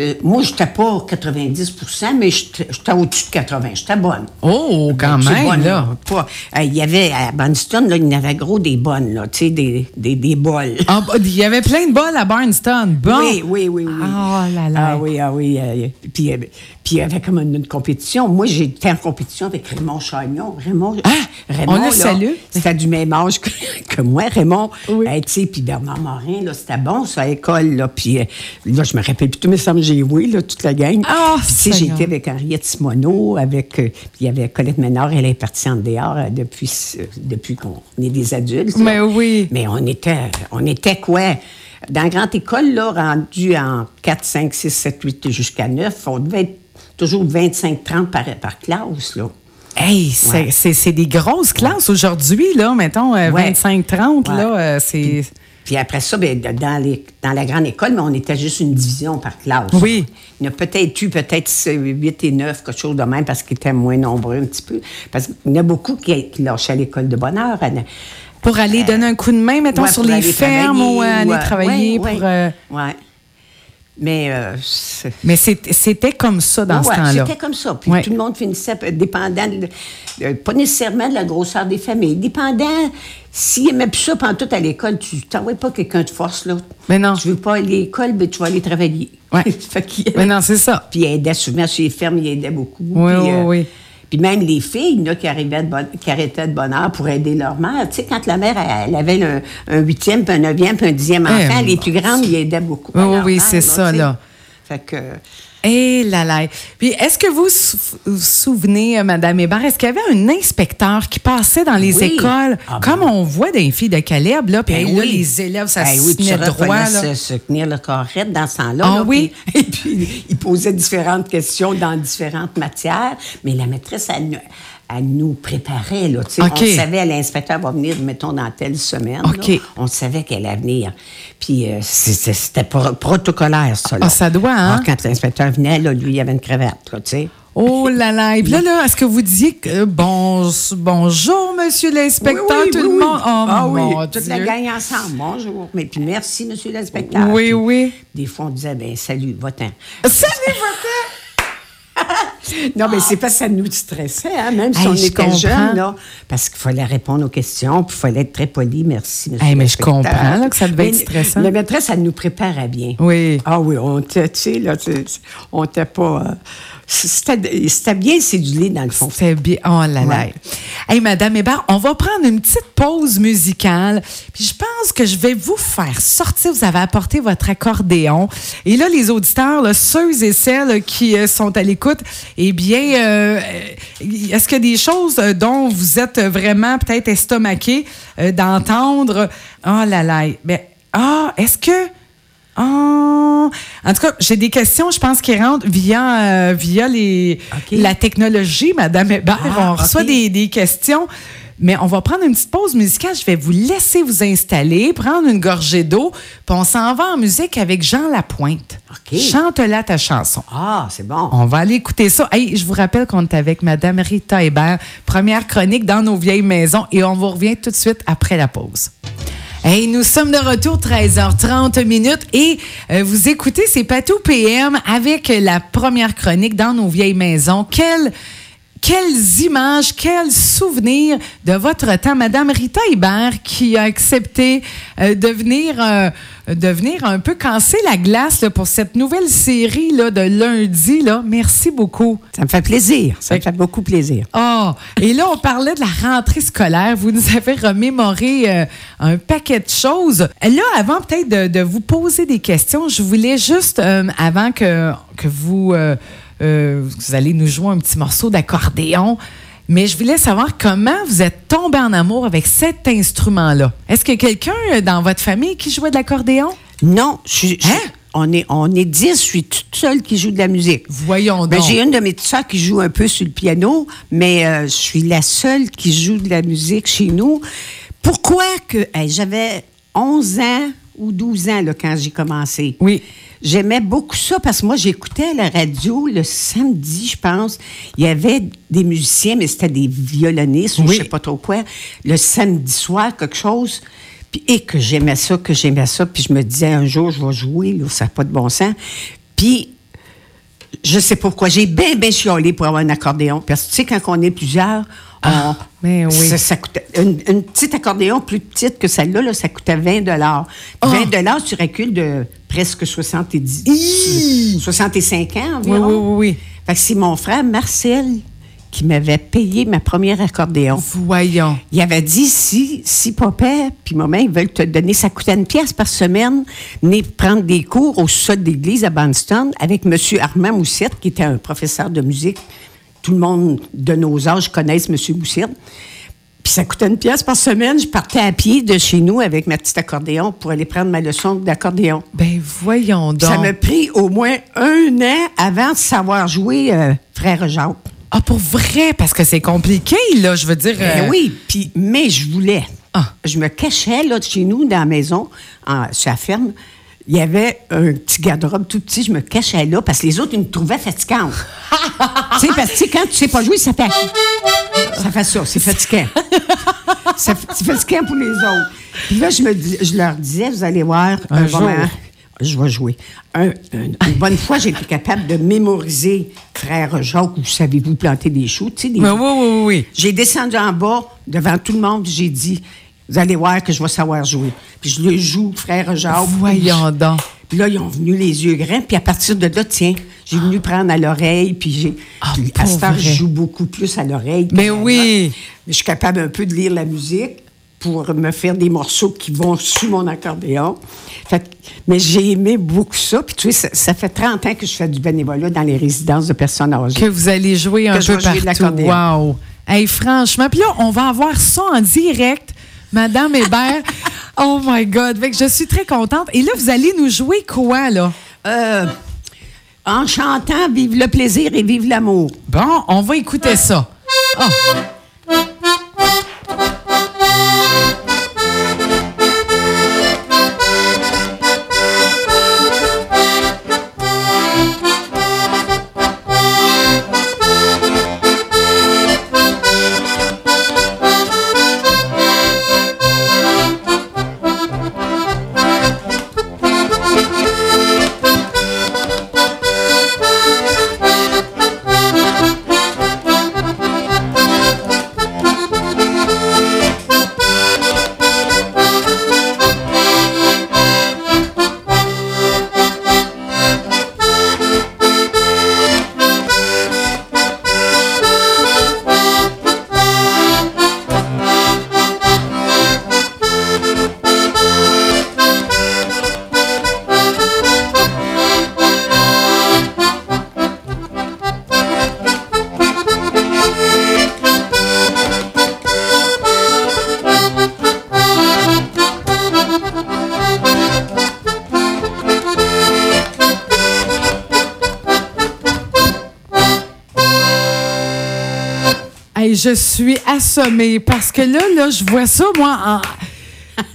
Speaker 2: Euh, moi, je n'étais pas 90 mais j'étais j'étais au-dessus de 80 J'étais bonne.
Speaker 1: Oh, quand
Speaker 2: C'est
Speaker 1: même,
Speaker 2: bonne,
Speaker 1: là.
Speaker 2: Pas- euh, Il y avait, à Banston, là, il y en avait gros des bonnes, là, tu sais, des, des, des bols.
Speaker 1: Ah, bah, Il y avait plein de bols à Barnston. Bon.
Speaker 2: Oui, oui, oui, oui.
Speaker 1: Ah, là, là.
Speaker 2: Ah oui, ah oui. euh, puis, euh, puis il y avait comme une, une compétition. Moi, j'étais en compétition avec Raymond Chagnon. Raymond,
Speaker 1: Ah,
Speaker 2: Raymond
Speaker 1: on le
Speaker 2: là,
Speaker 1: salue.
Speaker 2: C'était du même âge que, que moi, Raymond.
Speaker 1: Oui.
Speaker 2: Euh, tu sais, puis Bernard Morin, là, c'était bon, ça, à l'école, là. Puis euh, là, je me rappelle plus tout, mais ça me j'ai joué, là, toute la gang.
Speaker 1: Ah,
Speaker 2: Puis, tu sais,
Speaker 1: Seigneur.
Speaker 2: j'étais avec Henriette Simoneau, avec... euh, puis il y avait Colette Ménard, elle est partie en dehors euh, depuis, euh, depuis qu'on est des adultes. là.
Speaker 1: Mais oui.
Speaker 2: Mais on était, on était quoi? Dans la grande école, là, rendu en 4, 5, 6, 7, 8 jusqu'à 9, on devait être toujours 25, 30 par, par classe, là.
Speaker 1: Hey, c'est-
Speaker 2: Ouais.
Speaker 1: c'est c'est des grosses classes aujourd'hui, là, mettons, euh,
Speaker 2: Ouais.
Speaker 1: 25-30,
Speaker 2: Ouais.
Speaker 1: là, euh, c'est...
Speaker 2: Puis après ça, ben, de- dans, les, dans la grande école, mais on était juste une division par classe.
Speaker 1: Oui.
Speaker 2: Il y en a peut-être eu peut-être 8 et 9, quelque chose de même, parce qu'ils étaient moins nombreux un petit peu. Parce qu'il y en a beaucoup qui, qui lâchaient l'école de bonne heure. Anna. Euh,
Speaker 1: Pour aller donner un coup de main, mettons,
Speaker 2: Ouais,
Speaker 1: sur
Speaker 2: pour
Speaker 1: les
Speaker 2: aller
Speaker 1: fermes ou euh, aller
Speaker 2: ouais,
Speaker 1: travailler
Speaker 2: ouais,
Speaker 1: pour... euh,
Speaker 2: ouais, ouais. Mais euh, c'est-
Speaker 1: Mais c'est- c'était comme ça dans
Speaker 2: Ouais,
Speaker 1: ce temps-là.
Speaker 2: C'était comme ça. Puis
Speaker 1: Ouais.
Speaker 2: tout le monde finissait euh, dépendant, de- euh, pas nécessairement de la grosseur des familles, dépendant. S'il n'aimait plus ça pendant tout à l'école, tu t'envoies pas quelqu'un de force, là.
Speaker 1: Mais non.
Speaker 2: Tu veux pas aller à l'école, mais tu vas aller travailler.
Speaker 1: Ouais.
Speaker 2: Fait qu'il-
Speaker 1: Mais non, c'est ça.
Speaker 2: Puis il aidait souvent sur les fermes, il aidait beaucoup.
Speaker 1: Oui,
Speaker 2: puis, euh,
Speaker 1: oui, oui.
Speaker 2: Puis même les filles, là, qui arrivaient de bonne, qui arrêtaient de bonne heure pour aider leur mère. Tu sais, quand la mère, elle, elle avait le- un huitième, puis un neuvième, puis un dixième
Speaker 1: Eh,
Speaker 2: enfant, les
Speaker 1: mon
Speaker 2: plus grandes, ils aidaient beaucoup.
Speaker 1: Oui,
Speaker 2: à
Speaker 1: oui,
Speaker 2: leur
Speaker 1: oui,
Speaker 2: mère,
Speaker 1: c'est ça,
Speaker 2: tu sais.
Speaker 1: là.
Speaker 2: Fait que...
Speaker 1: Eh là là. Puis, est-ce que vous sou- vous souvenez, euh, Madame Hébert, est-ce qu'il y avait un inspecteur qui passait dans les
Speaker 2: Oui.
Speaker 1: écoles,
Speaker 2: Ah
Speaker 1: comme
Speaker 2: ben.
Speaker 1: on voit dans les filles de Caleb, là, puis
Speaker 2: Ben
Speaker 1: là,
Speaker 2: oui.
Speaker 1: les élèves, ça
Speaker 2: Ben
Speaker 1: se
Speaker 2: oui, tu
Speaker 1: tenait droit,
Speaker 2: reconnaissais
Speaker 1: là.
Speaker 2: se, se tenir le correct dans ce temps-là.
Speaker 1: Ah
Speaker 2: là,
Speaker 1: oui?
Speaker 2: puis- et puis, il posait différentes questions dans différentes matières, mais la maîtresse, elle, nous- elle nous préparait. Là, tu sais.
Speaker 1: OK.
Speaker 2: On savait, l'inspecteur va venir, mettons, dans telle semaine. là.
Speaker 1: OK.
Speaker 2: On savait qu'elle allait venir. Puis, euh, c'est- c'est- c'était pro- protocolaire, ça. là.
Speaker 1: Ah, ça doit, hein?
Speaker 2: Ah, quand l'inspecteur venait, là, lui, il avait une cravate, là, tu sais.
Speaker 1: Oh là là. Et puis là, là, est-ce que vous disiez que, euh, bon, bonjour, monsieur l'inspecteur,
Speaker 2: Oui, oui,
Speaker 1: tout
Speaker 2: oui,
Speaker 1: le
Speaker 2: oui.
Speaker 1: monde? Oh,
Speaker 2: ah oui,
Speaker 1: mon
Speaker 2: toute
Speaker 1: Dieu.
Speaker 2: la gang ensemble. Bonjour. Mais puis merci, monsieur l'inspecteur.
Speaker 1: Oui,
Speaker 2: Puis,
Speaker 1: oui.
Speaker 2: Des fois, on disait, ben salut, va-t'en.
Speaker 1: Salut,
Speaker 2: Non, mais c'est pas ça nous stressait, hein, même si
Speaker 1: Hey,
Speaker 2: on
Speaker 1: je
Speaker 2: était
Speaker 1: comprends.
Speaker 2: jeunes, là, parce qu'il fallait répondre aux questions, puis il fallait être très poli, merci, monsieur.
Speaker 1: Hey, mais
Speaker 2: le
Speaker 1: je comprends,
Speaker 2: directeur.
Speaker 1: là, que ça devait
Speaker 2: Mais
Speaker 1: être stressant.
Speaker 2: La maîtresse, elle nous préparait bien.
Speaker 1: Oui.
Speaker 2: Ah oui, on était, tu sais, là, tu sais, on était pas... euh, c'était c'était bien cédulé, dans le fond.
Speaker 1: C'est bien. Oh là là.
Speaker 2: Ouais.
Speaker 1: Hey, Madame Hébert, on va prendre une petite pause musicale. Puis je pense que je vais vous faire sortir. Vous avez apporté votre accordéon. Et là, les auditeurs, là, ceux et celles qui euh, sont à l'écoute, eh bien, euh, est-ce qu'il y a des choses euh, dont vous êtes vraiment peut-être estomaqués euh, d'entendre? Oh là là. Ben, ah, est-ce que. Oh. En tout cas, j'ai des questions, je pense, qui rentrent via, euh, via les,
Speaker 2: OK.
Speaker 1: la technologie, Madame Hébert.
Speaker 2: Ah,
Speaker 1: on reçoit
Speaker 2: OK.
Speaker 1: des, des questions. Mais on va prendre une petite pause musicale. Je vais vous laisser vous installer, prendre une gorgée d'eau, puis on s'en va en musique avec Jean Lapointe.
Speaker 2: OK.
Speaker 1: Chante-la ta chanson.
Speaker 2: Ah, c'est bon.
Speaker 1: On va aller écouter ça. Hey, je vous rappelle qu'on est avec Madame Rita Hébert, première chronique dans nos vieilles maisons, et on vous revient tout de suite après la pause. Hey, nous sommes de retour 13h30 minutes et euh, vous écoutez c'est Patou PM avec la première chronique dans nos vieilles maisons. Quelle quelles images, quels souvenirs de votre temps, Madame Rita Hébert, qui a accepté euh, de, venir, euh, de venir un peu casser la glace là, pour cette nouvelle série là, de lundi. Là. Merci beaucoup.
Speaker 2: Ça me fait plaisir. Ça me fait beaucoup plaisir.
Speaker 1: Oh, et là, on parlait de la rentrée scolaire. Vous nous avez remémoré euh, un paquet de choses. Là, avant peut-être de, de vous poser des questions, je voulais juste, euh, avant que, que vous, euh, euh, vous allez nous jouer un petit morceau d'accordéon, mais je voulais savoir comment vous êtes tombé en amour avec cet instrument-là. Est-ce que quelqu'un euh, dans votre famille qui jouait de l'accordéon?
Speaker 2: Non, je, suis- je-
Speaker 1: Hein?
Speaker 2: on est on est 10, je suis toute seule qui joue de la musique.
Speaker 1: Voyons
Speaker 2: Ben,
Speaker 1: donc.
Speaker 2: j'ai une de mes petites sœurs qui joue un peu sur le piano, mais euh, je suis la seule qui joue de la musique chez nous. Pourquoi que hey, j'avais 11 ans ou 12 ans là, quand j'ai commencé?
Speaker 1: Oui.
Speaker 2: J'aimais beaucoup ça parce que moi, j'écoutais à la radio le samedi, je pense. Il y avait des musiciens, mais c'était des violonistes ou
Speaker 1: Oui.
Speaker 2: je sais pas trop quoi. Le samedi soir, quelque chose. Puis, et que j'aimais ça, que j'aimais ça. Puis je me disais, un jour, je vais jouer. Là, ça n'a pas de bon sens. Puis je sais pourquoi. J'ai bien, bien chiolé pour avoir un accordéon. Parce que tu sais, quand on est plusieurs, on-
Speaker 1: Ah, mais oui.
Speaker 2: ça, ça coûtait, une, une petite accordéon plus petite que celle-là, là, ça coûtait 20 dollars.
Speaker 1: Ah.
Speaker 2: 20 dollars, tu recules de presque 70,
Speaker 1: Hi!
Speaker 2: 65 ans
Speaker 1: Oui,
Speaker 2: environ.
Speaker 1: oui, oui, oui.
Speaker 2: Fait que c'est mon frère Marcel qui m'avait payé ma première accordéon.
Speaker 1: Voyons.
Speaker 2: Il avait dit si, si papa puis maman ils veulent te donner, ça coûtait une pièce par semaine, venez prendre des cours au sol d'église à Banston avec M. Armand Moussette, qui était un professeur de musique. Tout le monde de nos âges connaissent M. Moussette. Puis ça coûtait une pièce par semaine. Je partais à pied de chez nous avec ma petite accordéon pour aller prendre ma leçon d'accordéon.
Speaker 1: Ben voyons
Speaker 2: Puis
Speaker 1: donc.
Speaker 2: Ça m'a pris au moins un an avant de savoir jouer euh, Frère Jacques.
Speaker 1: Ah, pour vrai, parce que c'est compliqué, là, je veux dire.
Speaker 2: Ben
Speaker 1: euh,
Speaker 2: oui, puis mais je voulais.
Speaker 1: Ah.
Speaker 2: Je me cachais là de chez nous dans la maison, en, sur la ferme. Il y avait un petit garde-robe tout petit, je me cachais là parce que les autres ils me trouvaient fatigante. tu sais parce que tu sais, quand tu sais pas jouer, ça fait ça fait ça, c'est fatigant. Ça fait- c'est fatigant pour les autres. Puis là je me dis- je leur disais vous allez voir
Speaker 1: Un
Speaker 2: bon
Speaker 1: jour.
Speaker 2: moment, je vais jouer. Un- un- une bonne fois, j'ai été capable de mémoriser Frère Jacques ou Savez-vous planter des choux, tu sais, des-
Speaker 1: Ben oui, oui, oui, oui.
Speaker 2: j'ai descendu en bas devant tout le monde, puis j'ai dit Vous allez voir que je vais savoir jouer. Puis je le joue, frère Jacques.
Speaker 1: Voyons donc.
Speaker 2: Puis là, ils ont venu les yeux grands, puis à partir de là, tiens, j'ai venu prendre à l'oreille, puis j'ai.
Speaker 1: Ah,
Speaker 2: puis
Speaker 1: pas
Speaker 2: à ce temps, je
Speaker 1: vrai.
Speaker 2: joue beaucoup plus à l'oreille. qu'à
Speaker 1: Mais
Speaker 2: la
Speaker 1: oui.
Speaker 2: note. Mais je suis capable un peu de lire la musique pour me faire des morceaux qui vont sur mon accordéon. Fait que- mais j'ai aimé beaucoup ça. Puis tu sais, ça, ça fait 30 ans que je fais du bénévolat dans les résidences de personnes âgées.
Speaker 1: que vous allez jouer un
Speaker 2: Que je
Speaker 1: peu
Speaker 2: vais jouer de
Speaker 1: partout.
Speaker 2: l'accordéon.
Speaker 1: Wow. Hey, franchement, puis là, on va avoir ça en direct, Madame Hébert. oh my God, Fait que je suis très contente. Et là, vous allez nous jouer quoi là
Speaker 2: Euh, en chantant, vive le plaisir et vive l'amour.
Speaker 1: Bon, on va écouter ça. Ah.
Speaker 3: Thank
Speaker 1: Hey, je suis assommée parce que là, là, je vois ça, moi, en...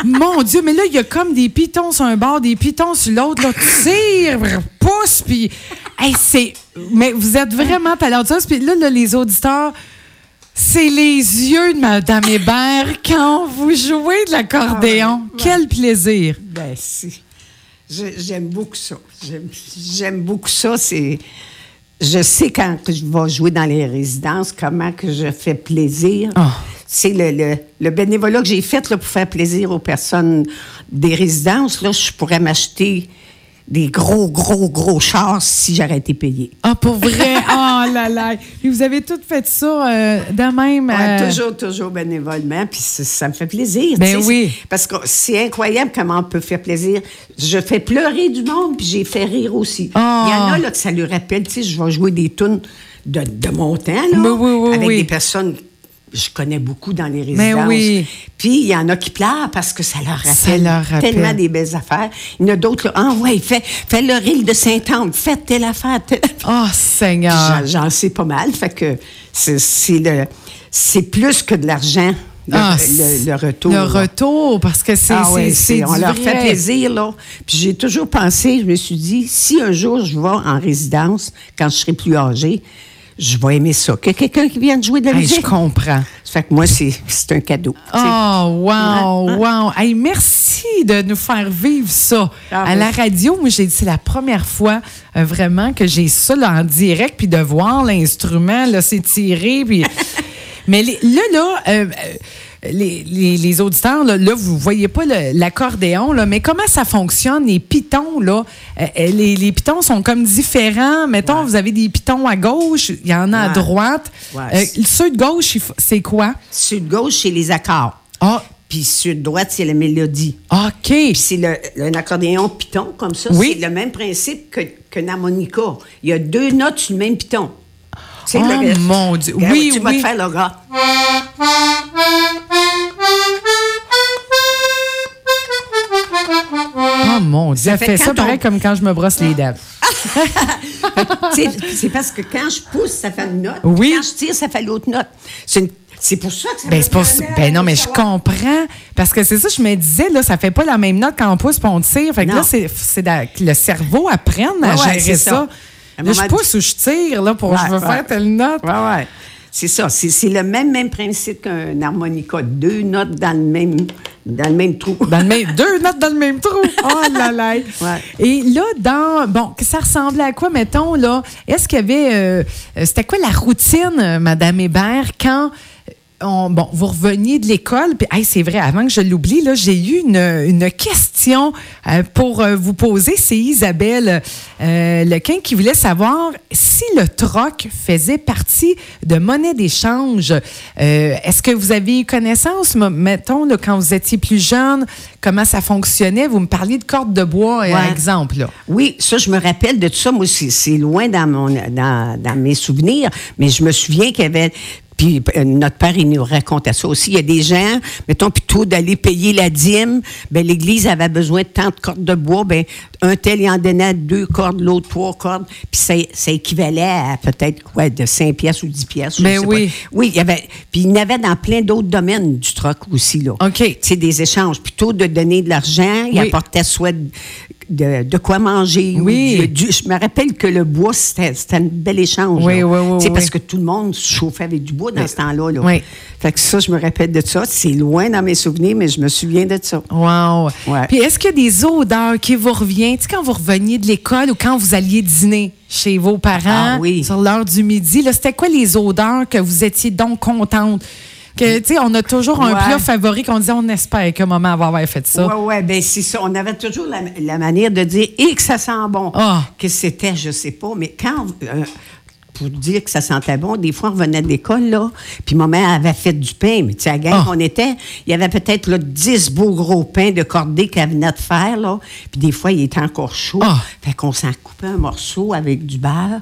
Speaker 1: Mon Dieu, mais là, il y a comme des pitons sur un bord, des pitons sur l'autre. Là, tu tires, pousse, puis... Hey, c'est... Mais vous êtes vraiment talentueuse. Puis là, là, les auditeurs... C'est les yeux de Madame Hébert quand vous jouez de l'accordéon.
Speaker 2: Ah, ouais, ouais.
Speaker 1: Quel plaisir!
Speaker 2: Ben, si. Je- J'aime beaucoup ça. J'aime- J'aime beaucoup ça. C'est, je sais quand que je vais jouer dans les résidences comment que je fais plaisir.
Speaker 1: Ah.
Speaker 2: C'est le, le- le bénévolat que j'ai fait là, pour faire plaisir aux personnes des résidences. Là, je pourrais m'acheter des gros, gros, gros chars si j'aurais été payée.
Speaker 1: Ah, pour vrai? Ah, là là! Puis vous avez toutes fait ça euh, de même.
Speaker 2: Ouais,
Speaker 1: euh,
Speaker 2: toujours, toujours bénévolement, puis ça, ça me fait plaisir.
Speaker 1: Ben
Speaker 2: tu sais,
Speaker 1: oui.
Speaker 2: c'est- Parce que c'est incroyable comment on peut faire plaisir. Je fais pleurer du monde, puis j'ai fait rire aussi. Il
Speaker 1: Ah.
Speaker 2: y en a là, que ça lui rappelle, tu sais, je vais jouer des tunes de, de mon temps, là,
Speaker 1: Ben oui, oui,
Speaker 2: avec
Speaker 1: oui.
Speaker 2: des personnes que je connais beaucoup dans les
Speaker 1: Ben
Speaker 2: résidences.
Speaker 1: oui.
Speaker 2: Puis il y en a qui pleurent parce que ça leur rappelle,
Speaker 1: Ça leur rappelle.
Speaker 2: tellement des belles affaires. Il y en a d'autres, là, ah ouais, fais, fais le reel de Saint-Anne, fais telle affaire, telle affaire.
Speaker 1: Oh, Seigneur!
Speaker 2: J'en- J'en sais pas mal. Fait que c'est- c'est le- c'est plus que de l'argent, le,
Speaker 1: Ah,
Speaker 2: le- le retour.
Speaker 1: Le
Speaker 2: là.
Speaker 1: retour, parce que c'est.
Speaker 2: Ah ouais,
Speaker 1: c'est- c'est
Speaker 2: c'est- on
Speaker 1: du
Speaker 2: leur
Speaker 1: vrai.
Speaker 2: fait plaisir, là. Puis j'ai toujours pensé, je me suis dit, si un jour je vais en résidence, quand je serai plus âgée, je vais aimer ça. Que quelqu'un qui vienne jouer de la
Speaker 1: Hey, je
Speaker 2: musique.
Speaker 1: comprends.
Speaker 2: Fait que moi, c'est c'est un cadeau. tu sais.
Speaker 1: Oh, wow, wow. Hey, merci de nous faire vivre ça.
Speaker 2: Ah,
Speaker 1: à
Speaker 2: oui.
Speaker 1: la radio, moi, j'ai dit, c'est la première fois euh, vraiment que j'ai ça là, en direct, puis de voir l'instrument, là, c'est tiré, puis... Mais les- là, là... euh, euh, les, les- les auditeurs, là, là, vous voyez pas le- l'accordéon, là, mais comment ça fonctionne, les pitons, là? Euh, euh, les, les pitons sont comme différents. Mettons, vous avez des pitons à gauche, il y en a à
Speaker 2: Ouais.
Speaker 1: droite.
Speaker 2: Ouais.
Speaker 1: Euh, ceux de gauche, il faut- c'est quoi?
Speaker 2: Sur de gauche, c'est les accords.
Speaker 1: Ah,
Speaker 2: Puis sur de droite, c'est la mélodie.
Speaker 1: OK.
Speaker 2: Puis c'est le- le- un accordéon piton comme ça.
Speaker 1: Oui.
Speaker 2: C'est le même principe que- qu'un harmonica. Il y a deux notes sur le même piton. Tu sais,
Speaker 1: Oh,
Speaker 2: le-
Speaker 1: mon Dieu.
Speaker 2: Regarde,
Speaker 1: Oui,
Speaker 2: Ben tu vas
Speaker 1: oui.
Speaker 2: te faire le gars.
Speaker 1: Oh mon Dieu, ça fait,
Speaker 2: fait
Speaker 1: ça
Speaker 2: quand
Speaker 1: pareil
Speaker 2: on-
Speaker 1: comme quand je me brosse les dents.
Speaker 2: Tu sais, c'est parce que quand je pousse, ça fait une note.
Speaker 1: Oui.
Speaker 2: Quand je tire, ça fait l'autre note. C'est une- c'est pour ça que ça
Speaker 1: Ben,
Speaker 2: me
Speaker 1: c'est pas-
Speaker 2: permet
Speaker 1: ben non, mais je
Speaker 2: savoir.
Speaker 1: comprends. Parce que c'est ça, je me disais, là, ça fait pas la même note quand on pousse puis on tire. Fait que
Speaker 2: Non.
Speaker 1: là, c'est c'est da- que le cerveau apprenne à
Speaker 2: Ouais, ouais,
Speaker 1: gérer
Speaker 2: c'est
Speaker 1: ça.
Speaker 2: ça. À un
Speaker 1: Là, je
Speaker 2: moment-
Speaker 1: pousse ou je tire là, pour
Speaker 2: Ouais,
Speaker 1: je veux
Speaker 2: ouais.
Speaker 1: faire telle note.
Speaker 2: Ouais, ouais. C'est ça. C'est c'est le même, même principe qu'un harmonica. Deux notes dans le même, dans le même trou.
Speaker 1: Dans le même- deux notes dans le même trou. Oh là là. Et là, dans. Bon, que ça ressemblait à quoi, mettons, là? Est-ce qu'il y avait. euh, euh, C'était quoi la routine, euh, Madame Hébert, quand. euh, on- bon, vous reveniez de l'école, puis hey, c'est vrai, avant que je l'oublie, là, j'ai eu une, une question euh, pour euh, vous poser. C'est Isabelle euh, Lequin qui voulait savoir si le troc faisait partie de monnaie d'échange. Euh, Est-ce que vous avez eu connaissance, m- mettons, là, quand vous étiez plus jeune, comment ça fonctionnait? Vous me parliez de cordes de bois, euh, par
Speaker 2: Ouais.
Speaker 1: exemple. Là.
Speaker 2: Oui, ça, je me rappelle de tout ça. Moi, c'est c'est loin dans, mon, dans, dans mes souvenirs, mais je me souviens qu'il y avait. Puis euh, notre père, il nous racontait ça aussi. Il y a des gens, mettons, plutôt d'aller payer la dîme, ben l'Église avait besoin de tant de cordes de bois, ben un tel, il en donnait deux cordes, l'autre trois cordes, puis ça, ça équivalait à peut-être, quoi, de 5 pièces ou 10 pièces. je
Speaker 1: Ben
Speaker 2: sais
Speaker 1: oui.
Speaker 2: Pas. Oui, il y avait... Puis il y en avait dans plein d'autres domaines du troc aussi, là.
Speaker 1: OK.
Speaker 2: C'est des échanges. Plutôt de donner de l'argent, il
Speaker 1: Oui.
Speaker 2: apportait soit de- de, de quoi manger,
Speaker 1: Oui.
Speaker 2: oui. du- je me rappelle que le bois, c'était c'était un bel échange.
Speaker 1: Oui,
Speaker 2: là.
Speaker 1: oui, oui,
Speaker 2: Tu sais,
Speaker 1: oui. Euh,
Speaker 2: Parce que tout le monde se chauffait avec du bois dans ce temps-là. là.
Speaker 1: Oui.
Speaker 2: Fait que ça, je me rappelle de ça. C'est loin dans mes souvenirs, mais je me souviens de ça.
Speaker 1: Wow.
Speaker 2: Ouais.
Speaker 1: Puis est-ce qu'il y a des odeurs qui vous reviennent? Tu sais, quand vous reveniez de l'école ou quand vous alliez dîner chez vos parents
Speaker 2: Ah oui.
Speaker 1: sur l'heure du midi, là, c'était quoi les odeurs que vous étiez donc contente? Que, tu sais, on a toujours un
Speaker 2: Ouais.
Speaker 1: plat favori qu'on dit on espère que maman va avoir fait ça.
Speaker 2: Oui, oui, bien, ben, c'est ça. On avait toujours la, la manière de dire et que ça sent bon.
Speaker 1: Ah.
Speaker 2: Que c'était, je sais pas, mais quand. euh, pour dire que ça sentait bon, des fois, on revenait de l'école, là, puis maman avait fait du pain. Mais tu sais, à la gang
Speaker 1: Ah.
Speaker 2: qu'on était, il y avait peut-être là, 10 beaux gros pains de cordée qu'elle venait de faire, là. Puis des fois, il était encore chaud.
Speaker 1: Ah.
Speaker 2: Fait qu'on s'en coupait un morceau avec du beurre,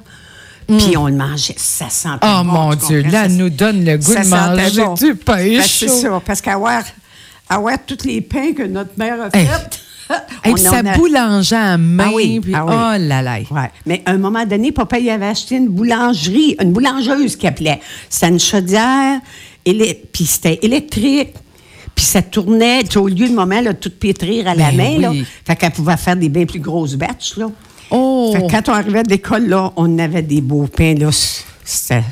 Speaker 2: puis on le mangeait. Ça sentait
Speaker 1: Oh,
Speaker 2: bon.
Speaker 1: Hmm. mon
Speaker 2: tu
Speaker 1: Dieu,
Speaker 2: comprends?
Speaker 1: là,
Speaker 2: Ça-
Speaker 1: nous donne le goût
Speaker 2: ça
Speaker 1: de manger
Speaker 2: sentait
Speaker 1: du pain
Speaker 2: Ben,
Speaker 1: chaud.
Speaker 2: C'est ça, parce qu'avoir avoir tous les pains que notre mère a
Speaker 1: Hey.
Speaker 2: fait,
Speaker 1: Et puis
Speaker 2: On
Speaker 1: sa
Speaker 2: en a-
Speaker 1: boulangerie à main.
Speaker 2: Ah oui,
Speaker 1: puis-
Speaker 2: ah oui.
Speaker 1: Oh là là.
Speaker 2: Ouais. Mais à un moment donné, papa, il avait acheté une boulangerie, une boulangeuse qui appelait. C'était une chaudière, éle- puis c'était électrique. Puis ça tournait, tu sais, au lieu de moment, là, tout pétrir à la
Speaker 1: Ben
Speaker 2: main. Là.
Speaker 1: oui.
Speaker 2: Fait qu'elle pouvait faire des bien plus grosses batches. Là.
Speaker 1: Oh!
Speaker 2: Fait que quand on arrivait de l'école, là, on avait des beaux pains. Là. C'était-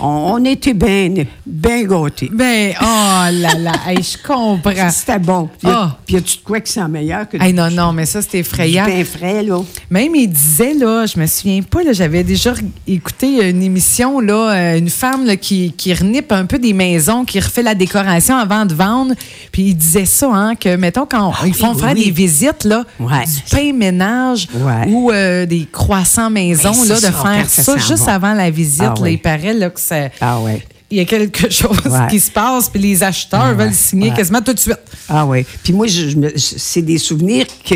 Speaker 2: on, on était bien bien gâtés.
Speaker 1: Ben, oh là là, hey, je comprends.
Speaker 2: C'était bon. Puis y a-
Speaker 1: Ah.
Speaker 2: puis y a-tu de quoi qui sent meilleur que
Speaker 1: Hey, non, non, mais ça, c'est
Speaker 2: du
Speaker 1: effrayant.
Speaker 2: pain frais? Là?
Speaker 1: Même il disait, là, je me souviens pas, là, j'avais déjà re- écouté une émission, là, euh, une femme là, qui, qui renipe un peu des maisons, qui refait la décoration avant de vendre. Puis il disait ça, hein, que, mettons, quand ils font
Speaker 2: Ah oui,
Speaker 1: faire
Speaker 2: oui.
Speaker 1: des visites, là,
Speaker 2: Ouais.
Speaker 1: du pain ménage
Speaker 2: Ouais.
Speaker 1: ou euh, des croissants maison,
Speaker 2: Ben,
Speaker 1: là, de
Speaker 2: c'est ça,
Speaker 1: faire
Speaker 2: quand ça
Speaker 1: ça
Speaker 2: sent
Speaker 1: juste
Speaker 2: bon.
Speaker 1: avant la visite,
Speaker 2: Ah
Speaker 1: là,
Speaker 2: oui.
Speaker 1: il paraît là, que ça.
Speaker 2: Ah oui.
Speaker 1: Il y a quelque chose
Speaker 2: Ouais.
Speaker 1: qui se passe, puis les acheteurs
Speaker 2: Ah ouais,
Speaker 1: veulent signer
Speaker 2: ouais.
Speaker 1: quasiment tout de suite.
Speaker 2: Ah oui. Puis moi, je- je me- je- c'est des souvenirs que,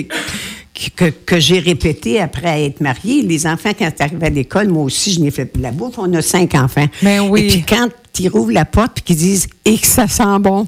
Speaker 2: que, que j'ai répétés après être mariée. Les enfants, quand ils arrivaient à l'école, moi aussi, je n'ai fait de la bouffe. On a cinq enfants.
Speaker 1: Ben oui.
Speaker 2: Et puis quand ils rouvrent la porte et qu'ils disent « Et que ça sent bon! »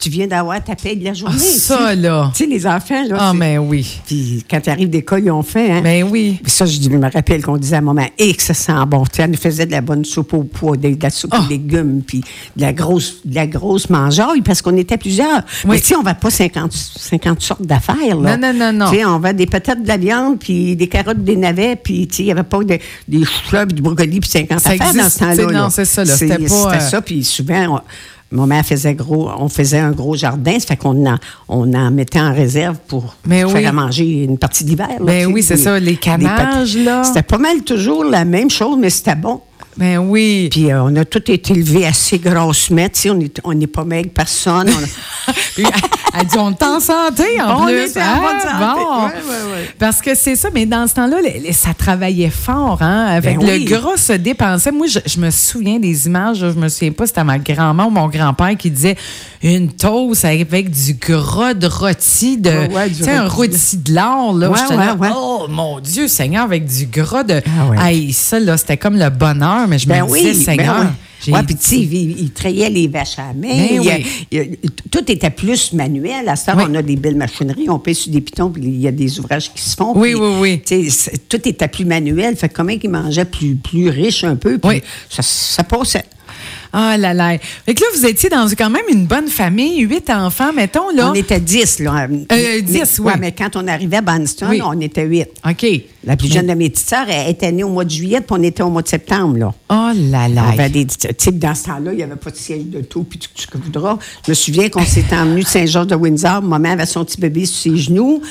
Speaker 2: Tu viens d'avoir ta paye de la journée.
Speaker 1: Ah, ça,
Speaker 2: tu sais.
Speaker 1: là.
Speaker 2: Tu sais, les enfants, là.
Speaker 1: Ah,
Speaker 2: c'est-
Speaker 1: mais oui.
Speaker 2: Puis quand ils arrivent d'école, ils ont faim, hein?
Speaker 1: Ben oui.
Speaker 2: Ça, je dis- je me rappelle qu'on disait à maman, et que ça sent bon. Tu sais, elle nous faisait de la bonne soupe au pois, de, de la soupe
Speaker 1: Ah.
Speaker 2: aux légumes, puis de la grosse, de la grosse mangeaille, parce qu'on était plusieurs.
Speaker 1: Oui.
Speaker 2: Mais tu sais, on va pas 50, 50 sortes d'affaires, là.
Speaker 1: Non, non, non, non.
Speaker 2: Tu sais, on va des patates, de la viande, puis des carottes, des navets, puis tu sais, il n'y avait pas de- des choux puis du brocoli, puis 50
Speaker 1: Ça
Speaker 2: affaires
Speaker 1: existe,
Speaker 2: dans
Speaker 1: tu
Speaker 2: ce temps-là.
Speaker 1: sais, non, c'est ça, là. C'était pas,
Speaker 2: C'était
Speaker 1: euh,
Speaker 2: ça, puis souvent... on- mon mère faisait gros, on faisait un gros jardin, ça fait qu'on en, on en mettait en réserve pour
Speaker 1: Mais
Speaker 2: faire
Speaker 1: oui.
Speaker 2: à manger une partie d'hiver. là,
Speaker 1: Ben
Speaker 2: tu sais,
Speaker 1: oui, c'est
Speaker 2: des-
Speaker 1: ça, les
Speaker 2: des
Speaker 1: camages,
Speaker 2: pâtes.
Speaker 1: là.
Speaker 2: C'était pas mal toujours la même chose, mais c'était bon.
Speaker 1: Ben oui.
Speaker 2: Puis euh, on a tous été élevés assez grossement, tu sais, on n'est on n'est pas maigre personne. on a-
Speaker 1: Puis, elle dit, on est en santé, en
Speaker 2: On
Speaker 1: plus. Ah,
Speaker 2: était en bonne santé.
Speaker 1: bon.
Speaker 2: Ouais, ouais, ouais.
Speaker 1: Parce que c'est ça, mais dans ce temps-là, les- les- ça travaillait fort. Hein? Fait
Speaker 2: Ben
Speaker 1: que Le
Speaker 2: oui.
Speaker 1: gras se dépensait. Moi, je, je me souviens des images, je me souviens pas, c'était ma grand-mère ou mon grand-père qui disait une toast avec du gras de rôti, de,
Speaker 2: Ouais, ouais, du
Speaker 1: tu sais, un
Speaker 2: rôti.
Speaker 1: rôti de l'or. là.
Speaker 2: Ouais,
Speaker 1: J'étais là,
Speaker 2: ouais, ouais.
Speaker 1: Oh mon Dieu, Seigneur, avec du gras de.
Speaker 2: Ah ouais.
Speaker 1: Aïe, ça, là, c'était comme le bonheur, mais je
Speaker 2: Ben
Speaker 1: me
Speaker 2: oui,
Speaker 1: disais, Seigneur.
Speaker 2: ben
Speaker 1: j'ai-
Speaker 2: oui. Ouais, puis tu sais, il, il trayait les vaches à la main.
Speaker 1: Ben
Speaker 2: il y a-
Speaker 1: oui.
Speaker 2: il y a- tout était plus manuel. À ça,
Speaker 1: Oui.
Speaker 2: on a des belles machineries, on pèse sur des pitons, puis il y a des ouvrages qui se font.
Speaker 1: Oui,
Speaker 2: puis,
Speaker 1: oui, oui.
Speaker 2: tu sais, c'est- tout était plus manuel. Fait que comment qu'il mangeait plus, plus riche un peu, puis
Speaker 1: Oui.
Speaker 2: ça, ça passait.
Speaker 1: Ah là là. Fait que là, vous étiez dans quand même une bonne famille, huit enfants, mettons, là.
Speaker 2: On était 10, là.
Speaker 1: Euh,
Speaker 2: Mais-
Speaker 1: 10,
Speaker 2: ouais,
Speaker 1: oui.
Speaker 2: mais quand on arrivait à Banston,
Speaker 1: Oui.
Speaker 2: on était 8.
Speaker 1: OK.
Speaker 2: La plus jeune de mes petites sœurs, elle était née au mois de juillet, puis on était au mois de septembre, là.
Speaker 1: Oh là
Speaker 2: On
Speaker 1: là.
Speaker 2: avait des, tu sais, dans ce temps-là, il n'y avait pas de siège de taux, puis tout ce que tu voudras. Je me souviens qu'on s'était emmené de Saint-Georges de Windsor. Maman avait son petit bébé sur ses genoux.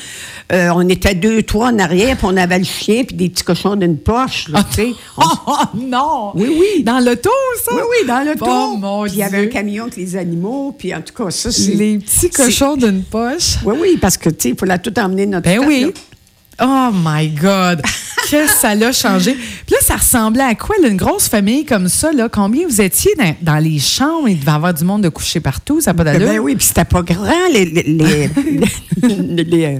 Speaker 2: Euh, on était deux, trois en arrière, puis on avait le chien, puis des petits cochons d'une poche. Là, tu sais. On-
Speaker 1: Oh, oh, non!
Speaker 2: Oui, oui.
Speaker 1: Dans l'auto, ça?
Speaker 2: oui, oui, dans le
Speaker 1: Oh
Speaker 2: taux.
Speaker 1: Ah, mon
Speaker 2: Puis il y avait un
Speaker 1: Dieu.
Speaker 2: camion avec les animaux, puis en tout cas, ça, c'est.
Speaker 1: Les petits
Speaker 2: c'est-
Speaker 1: cochons d'une poche.
Speaker 2: Oui, oui, parce que, tu sais, il fallait tout emmener notre
Speaker 1: Ben
Speaker 2: temps, là.
Speaker 1: oui. Oh my God! Qu'est-ce que ça l'a changé? Puis là, ça ressemblait à quoi, là, une grosse famille comme ça? Là? Combien vous étiez dans, dans les chambres? Il devait y avoir du monde de coucher partout, ça n'a pas
Speaker 2: Eh
Speaker 1: d'allure?
Speaker 2: Ben oui, puis c'était pas grand, les, les- les- les- les-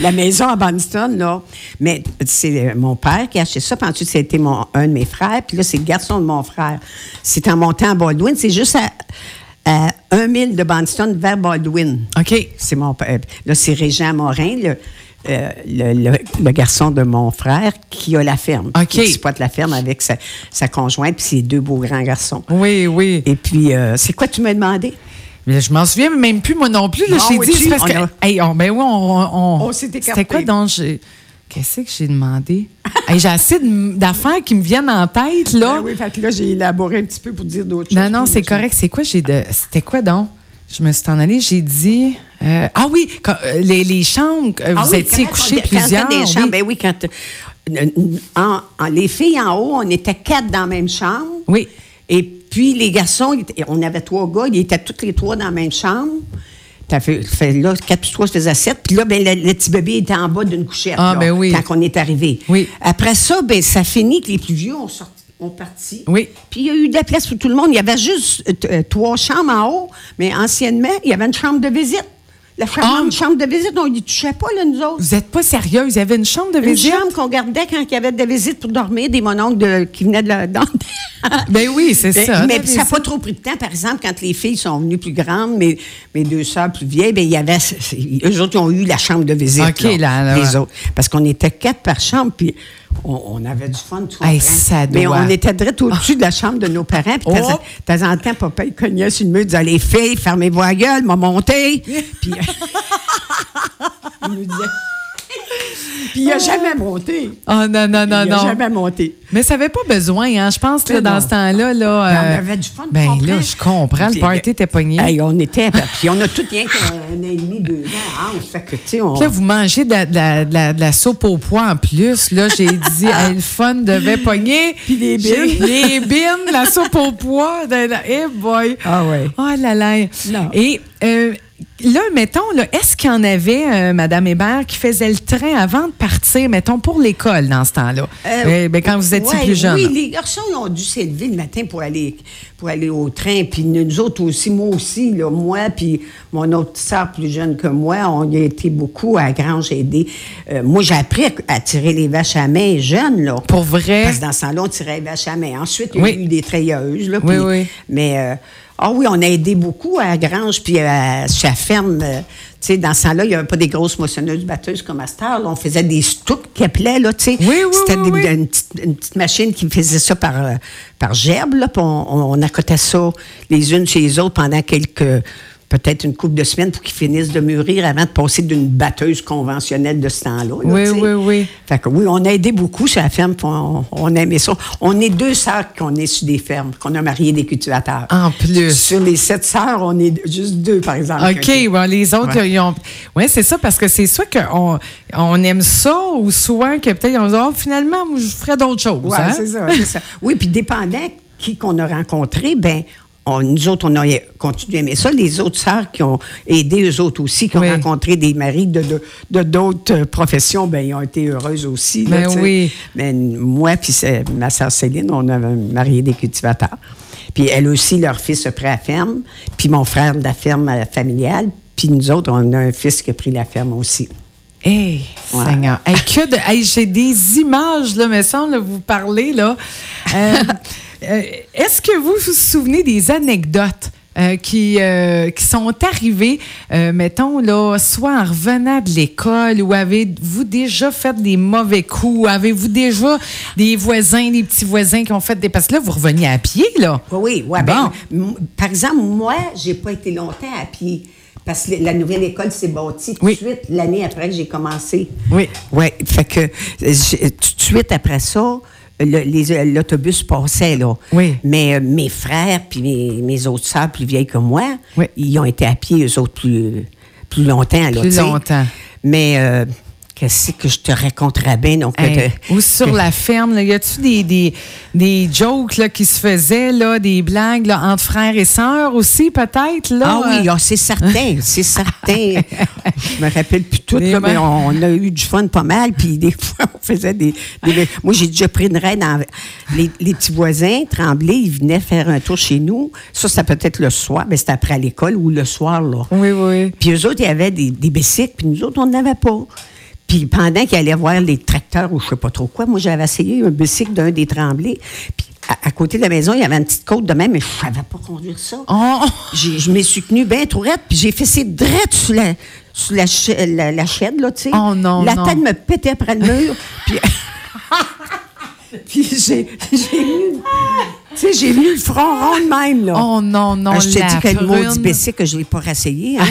Speaker 2: la maison à Banston, là. Mais c'est euh, mon père qui a acheté ça, puis ensuite, c'était mon, un de mes frères, puis là, c'est le garçon de mon frère. C'est en montant à Baldwin, c'est juste à, à un mille de Banston vers Baldwin.
Speaker 1: OK.
Speaker 2: C'est mon père. euh, Là, c'est Régent Morin, le, euh, le, le- le garçon de mon frère, qui a la ferme.
Speaker 1: OK.
Speaker 2: Qui exploite la ferme avec sa, sa conjointe, puis ses deux beaux grands garçons.
Speaker 1: Oui, oui.
Speaker 2: Et puis, euh, c'est quoi tu m'as demandé?
Speaker 1: Mais je m'en souviens même plus, moi non plus. Là,
Speaker 2: Bon,
Speaker 1: j'ai
Speaker 2: oui,
Speaker 1: dit,
Speaker 2: tu-
Speaker 1: c'est parce
Speaker 2: on
Speaker 1: que.
Speaker 2: a-
Speaker 1: Hey, on, ben oui, on. on,
Speaker 2: On s'est écarté.
Speaker 1: C'était quoi donc? j'ai- Qu'est-ce que j'ai demandé? Hey, j'ai assez de- d'affaires qui me viennent en tête, là.
Speaker 2: Ben oui, fait que là, j'ai élaboré un petit peu pour dire d'autres
Speaker 1: non,
Speaker 2: choses.
Speaker 1: non, c'est correct. C'est quoi? j'ai de... C'était quoi donc? Je me suis en allée, j'ai dit. euh, ah oui, quand- euh, les, les chambres, euh,
Speaker 2: Ah
Speaker 1: vous
Speaker 2: oui,
Speaker 1: étiez
Speaker 2: quand
Speaker 1: couchés
Speaker 2: on-
Speaker 1: plusieurs.
Speaker 2: Quand t'as des
Speaker 1: oui.
Speaker 2: chambres, ben oui, quand. euh, en- en- les filles en haut, on était quatre dans la même chambre.
Speaker 1: Oui.
Speaker 2: Et puis, les garçons, ils étaient- on avait trois gars, ils étaient tous les trois dans la même chambre. T'as fait, fait là, quatre plus trois, ça faisait sept. Puis là, ben, le, le petit bébé était en bas d'une couchette.
Speaker 1: Ah,
Speaker 2: là,
Speaker 1: ben oui.
Speaker 2: Quand on est arrivé.
Speaker 1: Oui.
Speaker 2: Après ça, ben, ça finit que les plus vieux ont sorti. ont parti.
Speaker 1: Oui.
Speaker 2: Puis il y a eu de la place pour tout le monde. Il y avait juste euh, t- euh, trois chambres en haut, mais anciennement, il y avait une chambre de visite. La
Speaker 1: Ah,
Speaker 2: chambre, une chambre de visite, on y touchait pas, là, nous autres.
Speaker 1: Vous n'êtes pas sérieux. Il y avait une chambre de
Speaker 2: Une
Speaker 1: visite.
Speaker 2: chambre qu'on gardait quand il y avait des visites pour dormir, des mononcles de- qui venaient de la dentaire.
Speaker 1: Ben oui, c'est
Speaker 2: Ben,
Speaker 1: ça.
Speaker 2: Mais
Speaker 1: de
Speaker 2: ça n'a
Speaker 1: visite.
Speaker 2: pas trop pris de temps. Par exemple, quand les filles sont venues plus grandes, mes, mes deux sœurs plus vieilles, ben, il y avait, c'est- c'est- eux autres, ils ont eu la chambre de visite.
Speaker 1: OK, là, là,
Speaker 2: les
Speaker 1: ouais.
Speaker 2: autres. Parce qu'on était quatre par chambre, puis on, on avait du fun, tout
Speaker 1: Hey, ça
Speaker 2: Mais
Speaker 1: doit.
Speaker 2: on était direct au-dessus de la chambre de nos parents, puis de temps en-
Speaker 1: Oh!
Speaker 2: de temps en temps, papa, il cognait sur le mur, il disait, les filles, fermez vos gueules, m'a monté. Puis il nous disait... Puis il n'a jamais monté.
Speaker 1: Oh non, non, non,
Speaker 2: il n'a
Speaker 1: non.
Speaker 2: jamais monté.
Speaker 1: Mais ça n'avait pas besoin, hein. Je pense que là,
Speaker 2: Mais
Speaker 1: dans
Speaker 2: non.
Speaker 1: ce temps-là, là.
Speaker 2: Ben,
Speaker 1: euh,
Speaker 2: on avait du fun. tu
Speaker 1: Ben
Speaker 2: comprends?
Speaker 1: là, je comprends. Le
Speaker 2: Puis,
Speaker 1: party
Speaker 2: euh,
Speaker 1: était pogné.
Speaker 2: hey, on était, ben, puis on a tout rien qu'un an et demi, deux ans. hein, fait que, tu sais, on...
Speaker 1: Puis Là, vous mangez de la, de la- de la- de la soupe au pois en plus. Là, j'ai dit, hey, le fun devait pogner.
Speaker 2: Puis les bines.
Speaker 1: J'ai- Les bines, la soupe au pois. de la- Eh boy.
Speaker 2: Ah ouais.
Speaker 1: Oh là là.
Speaker 2: Non.
Speaker 1: Et euh, là, mettons, là, est-ce qu'il y en avait, euh, Madame Hébert, qui faisait le train avant de partir, mettons, pour l'école dans ce temps-là?
Speaker 2: Euh,
Speaker 1: Eh ben, quand vous étiez
Speaker 2: ouais,
Speaker 1: plus jeune.
Speaker 2: Oui, les garçons ils ont dû s'élever le matin pour aller, pour aller au train. Puis nous autres aussi, moi aussi, là, moi, puis mon autre sœur plus jeune que moi, on y a été beaucoup à la Grange aider. Euh, moi, j'ai appris à, à tirer les vaches à main jeune, là.
Speaker 1: Pour vrai?
Speaker 2: Parce que dans ce temps-là, on tirait les vaches à main. Ensuite, il y a
Speaker 1: Oui.
Speaker 2: eu des treilleuses, là.
Speaker 1: Oui,
Speaker 2: puis-
Speaker 1: oui.
Speaker 2: Mais, euh, ah oui, on a aidé beaucoup à la Grange, puis euh, à sa ferme. euh, tu sais, dans ce temps-là, il n'y avait pas des grosses moissonneuses batteuses comme à Star. On faisait des stoucs qui appelaient, là, tu sais.
Speaker 1: Oui, oui,
Speaker 2: C'était
Speaker 1: oui,
Speaker 2: des-
Speaker 1: oui.
Speaker 2: Une, petite, une petite machine qui faisait ça par, euh, par gerbe, là, puis on, on accotait ça les unes chez les autres pendant quelques. Peut-être une couple de semaines pour qu'ils finissent de mûrir avant de passer d'une batteuse conventionnelle de ce temps-là. là,
Speaker 1: Oui,
Speaker 2: tu sais.
Speaker 1: oui, oui.
Speaker 2: Fait que oui, on a aidé beaucoup sur la ferme, puis on, on aimait ça. On est deux sœurs qu'on est sur des fermes, qu'on a marié des cultivateurs.
Speaker 1: En plus.
Speaker 2: Sur les sept sœurs, on est juste deux, par exemple.
Speaker 1: OK, bon, les autres,
Speaker 2: Ouais.
Speaker 1: ils ont. Oui, c'est ça, parce que c'est soit qu'on on aime ça ou soit que peut-être on dit, oh, finalement, moi, je ferais d'autres choses.
Speaker 2: Ouais,
Speaker 1: hein?
Speaker 2: c'est ça, c'est ça. Oui, puis dépendant qui qu'on a rencontré, ben on, nous autres, on a continué à aimer ça. Les autres sœurs qui ont aidé, eux autres aussi, qui ont
Speaker 1: Oui.
Speaker 2: rencontré des maris de de- de d'autres euh, professions, ben ils ont été heureuses aussi. là,
Speaker 1: Ben
Speaker 2: tu sais.
Speaker 1: oui.
Speaker 2: Mais moi puis c'est- ma sœur Céline, on avait marié des cultivateurs. Puis elle aussi, leur fils a pris la ferme. Puis mon frère de la ferme euh, familiale. Puis nous autres, on a un fils qui a pris la ferme aussi.
Speaker 1: Hey,
Speaker 2: Ouais.
Speaker 1: Seigneur. Hey, que de- hey, j'ai des images, là, me semble, là, vous parlez, là. Euh, euh, Est-ce que vous vous souvenez des anecdotes? euh, qui, euh, qui sont arrivées, euh, mettons, là, soit en revenant de l'école, ou avez-vous déjà fait des mauvais coups? Avez-vous déjà des voisins, des petits voisins qui ont fait des... Parce que là, vous reveniez à pied, là.
Speaker 2: Oui, oui. ouais,
Speaker 1: Bon.
Speaker 2: ben, m- par exemple, moi, j'ai pas été longtemps à pied parce que la nouvelle école s'est bâtie tout de
Speaker 1: Oui.
Speaker 2: suite l'année après que j'ai commencé.
Speaker 1: Oui.
Speaker 2: Oui, fait que euh, j'ai- tout de suite après ça, le- les- euh, l'autobus passait, là.
Speaker 1: Oui.
Speaker 2: Mais euh, mes frères puis mes, mes autres sœurs plus vieilles que moi,
Speaker 1: Oui.
Speaker 2: ils ont été à pied, eux autres, plus, plus longtemps. Là,
Speaker 1: Plus
Speaker 2: tu sais.
Speaker 1: longtemps.
Speaker 2: Mais euh, qu'est-ce que je te raconterais bien? Donc, que
Speaker 1: Hey,
Speaker 2: te-
Speaker 1: ou sur
Speaker 2: que-
Speaker 1: la ferme, là, y a-tu des, des, des jokes là, qui se faisaient, là, des blagues là, entre frères et sœurs aussi, peut-être? là?
Speaker 2: Ah oui,
Speaker 1: Euh,
Speaker 2: ah, c'est certain, c'est certain. Je me rappelle plus tout,
Speaker 1: Les
Speaker 2: là, mais
Speaker 1: mains.
Speaker 2: on, on a eu du fun pas mal, puis des fois, on faisait des... des- Moi, j'ai déjà pris une reine. en- Les, les petits voisins, Tremblay, ils venaient faire un tour chez nous. Ça, ça peut être le soir, mais c'était après l'école ou le soir, là.
Speaker 1: Oui, oui.
Speaker 2: Puis eux autres, il y avait des, des bicycles, puis nous autres, on n'avait pas. Puis pendant qu'ils allaient voir les tracteurs ou je sais pas trop quoi, moi, j'avais essayé un bicycle d'un des Tremblay. Puis à, à côté de la maison, il y avait une petite côte de même, mais je savais pas conduire ça.
Speaker 1: On-
Speaker 2: J'ai- je me suis tenue bien tourette, puis j'ai fait ses drettes sur la, sur la, cha- la, la chaîne, là, tu sais.
Speaker 1: Oh non,
Speaker 2: La
Speaker 1: non.
Speaker 2: tête me pétait après le mur, puis... puis j'ai j'ai eu... Tu sais, j'ai eu le front rond de même, là.
Speaker 1: Oh non, non,
Speaker 2: Ah, Je t'ai
Speaker 1: la
Speaker 2: dit que le mot
Speaker 1: prune.
Speaker 2: du que je ne l'ai pas rassayé. hein.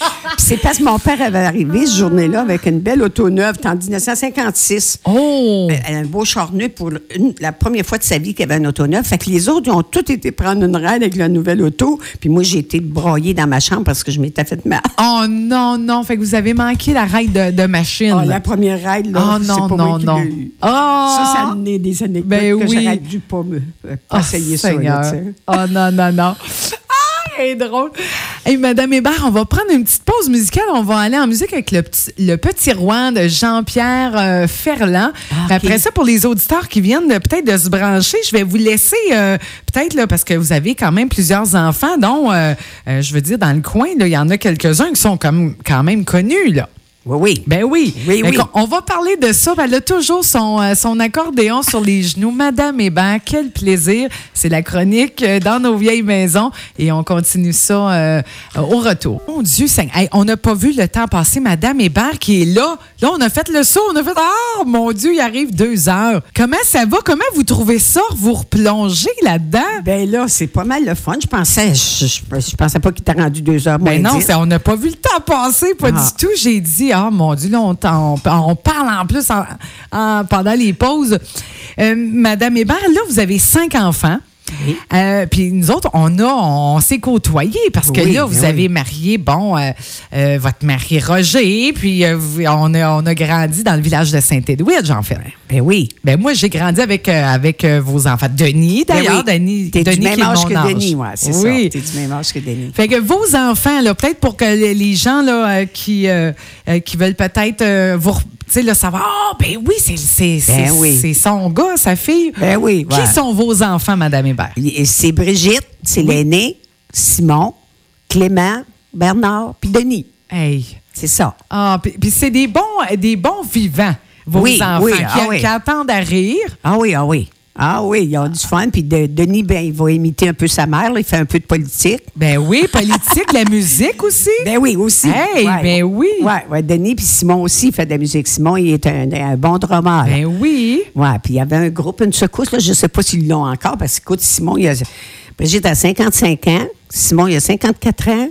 Speaker 2: Puis c'est parce que mon père avait arrivé cette journée-là avec une belle auto neuve, en 1956.
Speaker 1: Oh!
Speaker 2: Elle a un beau char neuf pour une- la première fois de sa vie qu'il avait un auto neuf. Fait que les autres, ils ont tous été prendre une ride avec la nouvelle auto. Puis moi, j'ai été broyée dans ma chambre parce que je m'étais fait mal.
Speaker 1: Oh non, non. Fait que vous avez manqué la règle de, de machine.
Speaker 2: Ah, la première ride, là,
Speaker 1: Oh,
Speaker 2: c'est
Speaker 1: non,
Speaker 2: pas
Speaker 1: non,
Speaker 2: moi qui
Speaker 1: non.
Speaker 2: l'ai eu.
Speaker 1: Ah!
Speaker 2: Ça, ça a donné des anecdotes
Speaker 1: Ben
Speaker 2: que
Speaker 1: oui.
Speaker 2: j'aurais dû pas me, pas
Speaker 1: Oh,
Speaker 2: essayer ça. là,
Speaker 1: Seigneur.
Speaker 2: tu sais.
Speaker 1: oh non, non, non. Ah, très drôle. Et Madame Hébert, on va prendre une petite pause musicale. On va aller en musique avec le petit, le petit roi de Jean-Pierre euh, Ferland.
Speaker 2: Ah, ok.
Speaker 1: Après ça, pour les auditeurs qui viennent de- peut-être de se brancher, je vais vous laisser euh, peut-être là, parce que vous avez quand même plusieurs enfants, dont euh, euh, je veux dire dans le coin, là, il y en a quelques-uns qui sont comme quand même connus là.
Speaker 2: Oui, oui.
Speaker 1: Ben oui.
Speaker 2: Oui,
Speaker 1: Fait
Speaker 2: oui.
Speaker 1: qu'on- On va parler de ça. Ben, Elle a toujours son, euh, son accordéon sur les genoux. Madame Hébert, quel plaisir. C'est la chronique euh, dans nos vieilles maisons. Et on continue ça euh, euh, au retour. Mon Dieu, Seigneur. Hey, on n'a pas vu le temps passer. Madame Hébert qui est là. Là, on a fait le saut. On a fait Ah, mon Dieu, il arrive deux heures. Comment ça va? Comment vous trouvez ça? Vous replongez là-dedans?
Speaker 2: Ben là, c'est pas mal le fun. Je pensais, je, je- je pensais pas qu'il t'a rendu deux heures moins
Speaker 1: Ben non,
Speaker 2: dix.
Speaker 1: c'est- on n'a pas vu le temps passer, pas
Speaker 2: Ah.
Speaker 1: du tout. J'ai dit, ah mon Dieu, là, on, t'en- on parle en plus en- en- pendant les pauses. Euh, Madame Hébert, là, vous avez cinq enfants. Euh, puis nous autres, on a, on s'est côtoyés parce que
Speaker 2: Oui,
Speaker 1: là,
Speaker 2: ben
Speaker 1: vous
Speaker 2: oui.
Speaker 1: avez marié, bon, euh, euh, votre mari Roger, puis euh, vous- on, a, on a grandi dans le village de Saint-Edwidge, en fait.
Speaker 2: Ben oui.
Speaker 1: Ben moi, j'ai grandi avec, euh, avec euh, vos enfants. Denis, d'ailleurs,
Speaker 2: Ben oui.
Speaker 1: Denis,
Speaker 2: T'es du
Speaker 1: Denis
Speaker 2: même
Speaker 1: qui est
Speaker 2: âge
Speaker 1: mon
Speaker 2: que
Speaker 1: âge.
Speaker 2: Denis, ouais, c'est
Speaker 1: Oui.
Speaker 2: ça. T'es du même âge que Denis.
Speaker 1: Fait que vos enfants, là, peut-être pour que les les gens là, euh, qui, euh, euh, qui veulent peut-être euh, vous re- tu sais, le savoir, ah, ben oui, c'est c'est- c'est-
Speaker 2: Ben oui.
Speaker 1: c'est son gars, sa fille.
Speaker 2: Ben oui,
Speaker 1: Qui
Speaker 2: ouais.
Speaker 1: sont vos enfants, Madame Hébert?
Speaker 2: Et C'est Brigitte, c'est l'aîné, Simon, Clément, Bernard, puis Denis.
Speaker 1: Hey.
Speaker 2: C'est ça.
Speaker 1: Ah, puis puis c'est des bons, des bons vivants, vos
Speaker 2: Oui,
Speaker 1: enfants,
Speaker 2: oui,
Speaker 1: qui,
Speaker 2: ah oui.
Speaker 1: qui attendent à rire.
Speaker 2: Ah oui, ah oui. Ah oui, ils ont du fun. Puis de- Denis, ben, il va imiter un peu sa mère. là. Il fait un peu de politique.
Speaker 1: Ben oui, politique, la musique aussi.
Speaker 2: Ben oui, aussi.
Speaker 1: Hey, ben oui.
Speaker 2: Oui, ouais, Denis puis Simon aussi, il fait de la musique. Simon, il est un, un bon drummer.
Speaker 1: Ben oui.
Speaker 2: Oui, puis il y avait un groupe, une secousse, là, je ne sais pas s'ils l'ont encore, parce que, écoute, Simon, il a, Brigitte a 55 ans, Simon, il a 54 ans,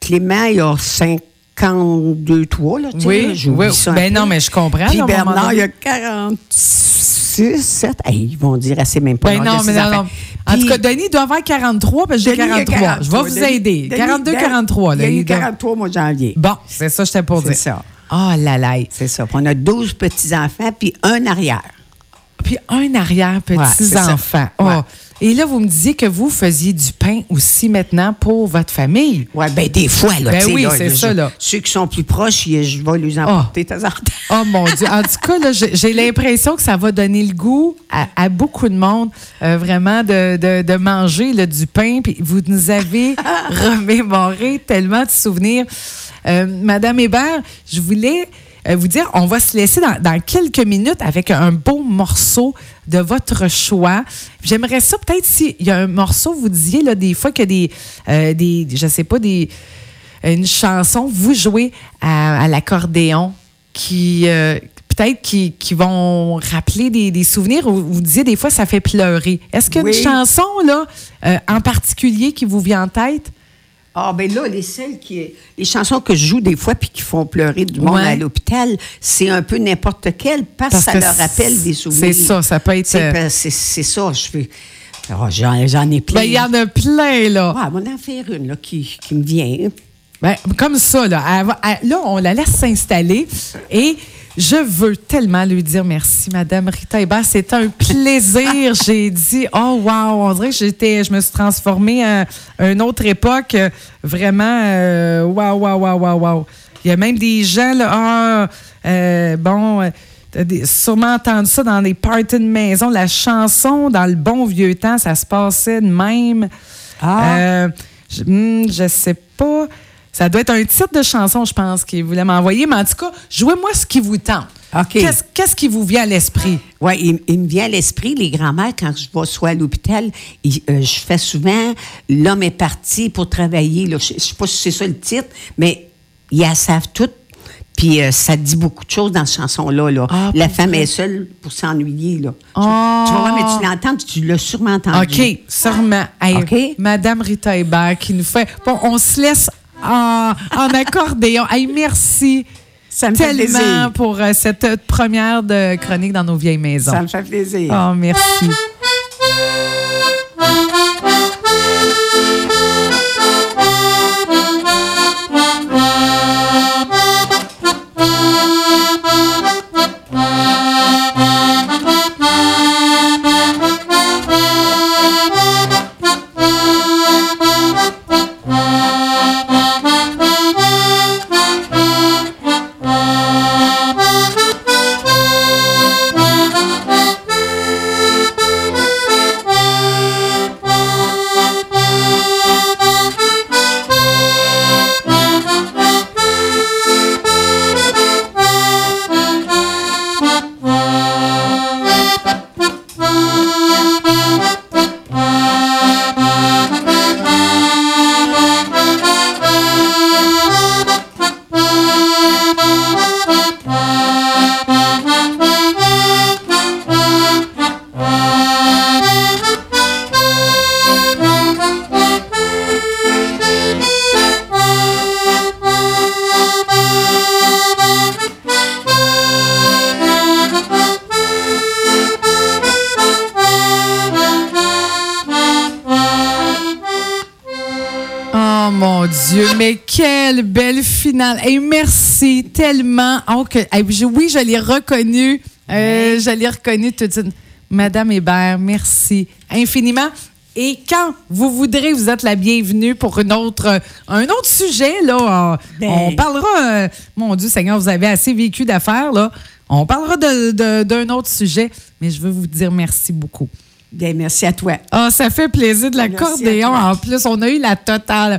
Speaker 2: Clément, il a 52, 3, là, tu sais,
Speaker 1: Oui,
Speaker 2: là, j'oublie
Speaker 1: oui.
Speaker 2: ça un
Speaker 1: Ben
Speaker 2: peu.
Speaker 1: non, mais je comprends,
Speaker 2: Puis
Speaker 1: là, à un moment
Speaker 2: Bernard,
Speaker 1: donné.
Speaker 2: il a 46, 7, Hey, ils vont dire assez même pas
Speaker 1: Ben
Speaker 2: l'âge
Speaker 1: non,
Speaker 2: de
Speaker 1: mais
Speaker 2: ses
Speaker 1: non,
Speaker 2: enfants.
Speaker 1: non. En
Speaker 2: Puis-
Speaker 1: tout cas, Denis doit avoir 43, parce que j'ai
Speaker 2: Denis, il a
Speaker 1: 43. Je vais vous
Speaker 2: 43.
Speaker 1: aider.
Speaker 2: Denis,
Speaker 1: 42,
Speaker 2: Denis,
Speaker 1: 43. Là,
Speaker 2: il a eu
Speaker 1: il doit-
Speaker 2: 43 au mois de janvier.
Speaker 1: Bon, c'est ça, j'étais pour
Speaker 2: C'est
Speaker 1: dire.
Speaker 2: ça.
Speaker 1: Ah, la la.
Speaker 2: C'est ça. Puis on a 12 petits-enfants, puis un arrière.
Speaker 1: Puis un
Speaker 2: Ouais, c'est ça.
Speaker 1: arrière-petits-enfants. Oh.
Speaker 2: Ouais.
Speaker 1: Et là, vous me disiez que vous faisiez du pain aussi maintenant pour votre famille.
Speaker 2: Oui, ben des fois, là.
Speaker 1: Ben
Speaker 2: tu sais,
Speaker 1: oui,
Speaker 2: là,
Speaker 1: c'est
Speaker 2: je-
Speaker 1: ça, là. Ah.
Speaker 2: Ceux qui sont plus proches, je je vais les emporter de temps en temps.
Speaker 1: Oh mon Dieu. En tout cas, là, j'ai j'ai l'impression que ça va donner le goût à, à beaucoup de monde euh, vraiment de, de- de manger là, du pain. Puis vous nous avez remémoré tellement de souvenirs. Euh, Madame Hébert, je voulais euh, vous dire, on va se laisser dans, dans quelques minutes avec un beau morceau de votre choix. J'aimerais ça peut-être s'il y a un morceau, vous disiez là, des fois que des, euh, des, je sais pas, des, une chanson, vous jouez à, à l'accordéon qui euh, peut-être qui, qui vont rappeler des, des souvenirs ou vous disiez des fois ça fait pleurer. Est-ce qu'il y a
Speaker 2: Oui.
Speaker 1: une chanson là euh, en particulier qui vous vient en tête?
Speaker 2: Ah, ben là, les celles qui. Les chansons que je joue des fois puis qui font pleurer du monde
Speaker 1: Ouais.
Speaker 2: à l'hôpital, c'est un peu n'importe quel parce,
Speaker 1: Parce
Speaker 2: que ça
Speaker 1: que
Speaker 2: leur rappelle des
Speaker 1: c'est
Speaker 2: souvenirs.
Speaker 1: ça, ça peut être,
Speaker 2: Tu sais,
Speaker 1: euh,
Speaker 2: parce que C'est c'est ça, je fais. Ah, J'en j'en ai plein.
Speaker 1: Ben, il y en a plein là.
Speaker 2: Ouais, on va en faire une là, qui, qui me vient.
Speaker 1: Ben, comme ça, là, Elle va- elle- là, on la laisse s'installer et je veux tellement lui dire merci, Madame Rita Hébert. C'est un plaisir. j'ai dit, oh wow, on dirait que j'étais, je me suis transformée à une autre époque. Euh, Vraiment, euh, wow, wow, wow, wow, wow. Il y a même des gens, là, ah, euh, bon, euh, t'as des- sûrement entendu ça dans des parties de maison. La chanson, dans le bon vieux temps, ça se passait de même.
Speaker 2: Ah.
Speaker 1: Euh, je, hmm, je sais pas. Ça doit être un titre de chanson, je pense, qu'il voulait m'envoyer. Mais en tout cas, jouez-moi ce qui vous tente.
Speaker 2: OK.
Speaker 1: Qu'est-ce, qu'est-ce qui vous vient à l'esprit?
Speaker 2: Oui, il, il me vient à l'esprit, les grands-mères, quand je vais soit à l'hôpital, il- euh, je fais souvent L'homme est parti pour travailler. là. Je ne sais pas si c'est ça le titre, mais ils la savent toutes. Puis euh, ça dit beaucoup de choses dans cette chanson-là. là.
Speaker 1: Ah,
Speaker 2: la
Speaker 1: pour
Speaker 2: femme est seule pour s'ennuyer. Là. Tu-
Speaker 1: Ah.
Speaker 2: Tu, vas voir, mais tu l'entends, puis tu l'as sûrement entendu.
Speaker 1: OK, sûrement. Hey,
Speaker 2: Ah, OK.
Speaker 1: Madame Rita Hébert qui nous fait. Bon, on se laisse en, en accordéon. Hey, merci.
Speaker 2: Ça me fait
Speaker 1: tellement
Speaker 2: plaisir.
Speaker 1: pour euh, cette euh, première de chronique dans nos vieilles maisons.
Speaker 2: Ça me fait plaisir.
Speaker 1: Oh, merci.
Speaker 4: Thank
Speaker 1: Oh, mon Dieu, mais quelle belle finale. Et merci tellement. Oh, que, eh, je- oui, je l'ai reconnue. Euh, Je l'ai reconnue tout de suite. Madame Hébert, merci infiniment. Et quand vous voudrez, vous êtes la bienvenue pour une autre, euh, un autre sujet. Là, on,
Speaker 2: Ben.
Speaker 1: on parlera, euh, mon Dieu Seigneur, vous avez assez vécu d'affaires. là. On parlera de- de- d'un autre sujet, mais je veux vous dire merci beaucoup.
Speaker 2: Bien, merci à toi.
Speaker 1: Ah, ça fait plaisir de
Speaker 2: Merci à
Speaker 1: l'accordéon
Speaker 2: toi.
Speaker 1: en plus. On a eu la totale.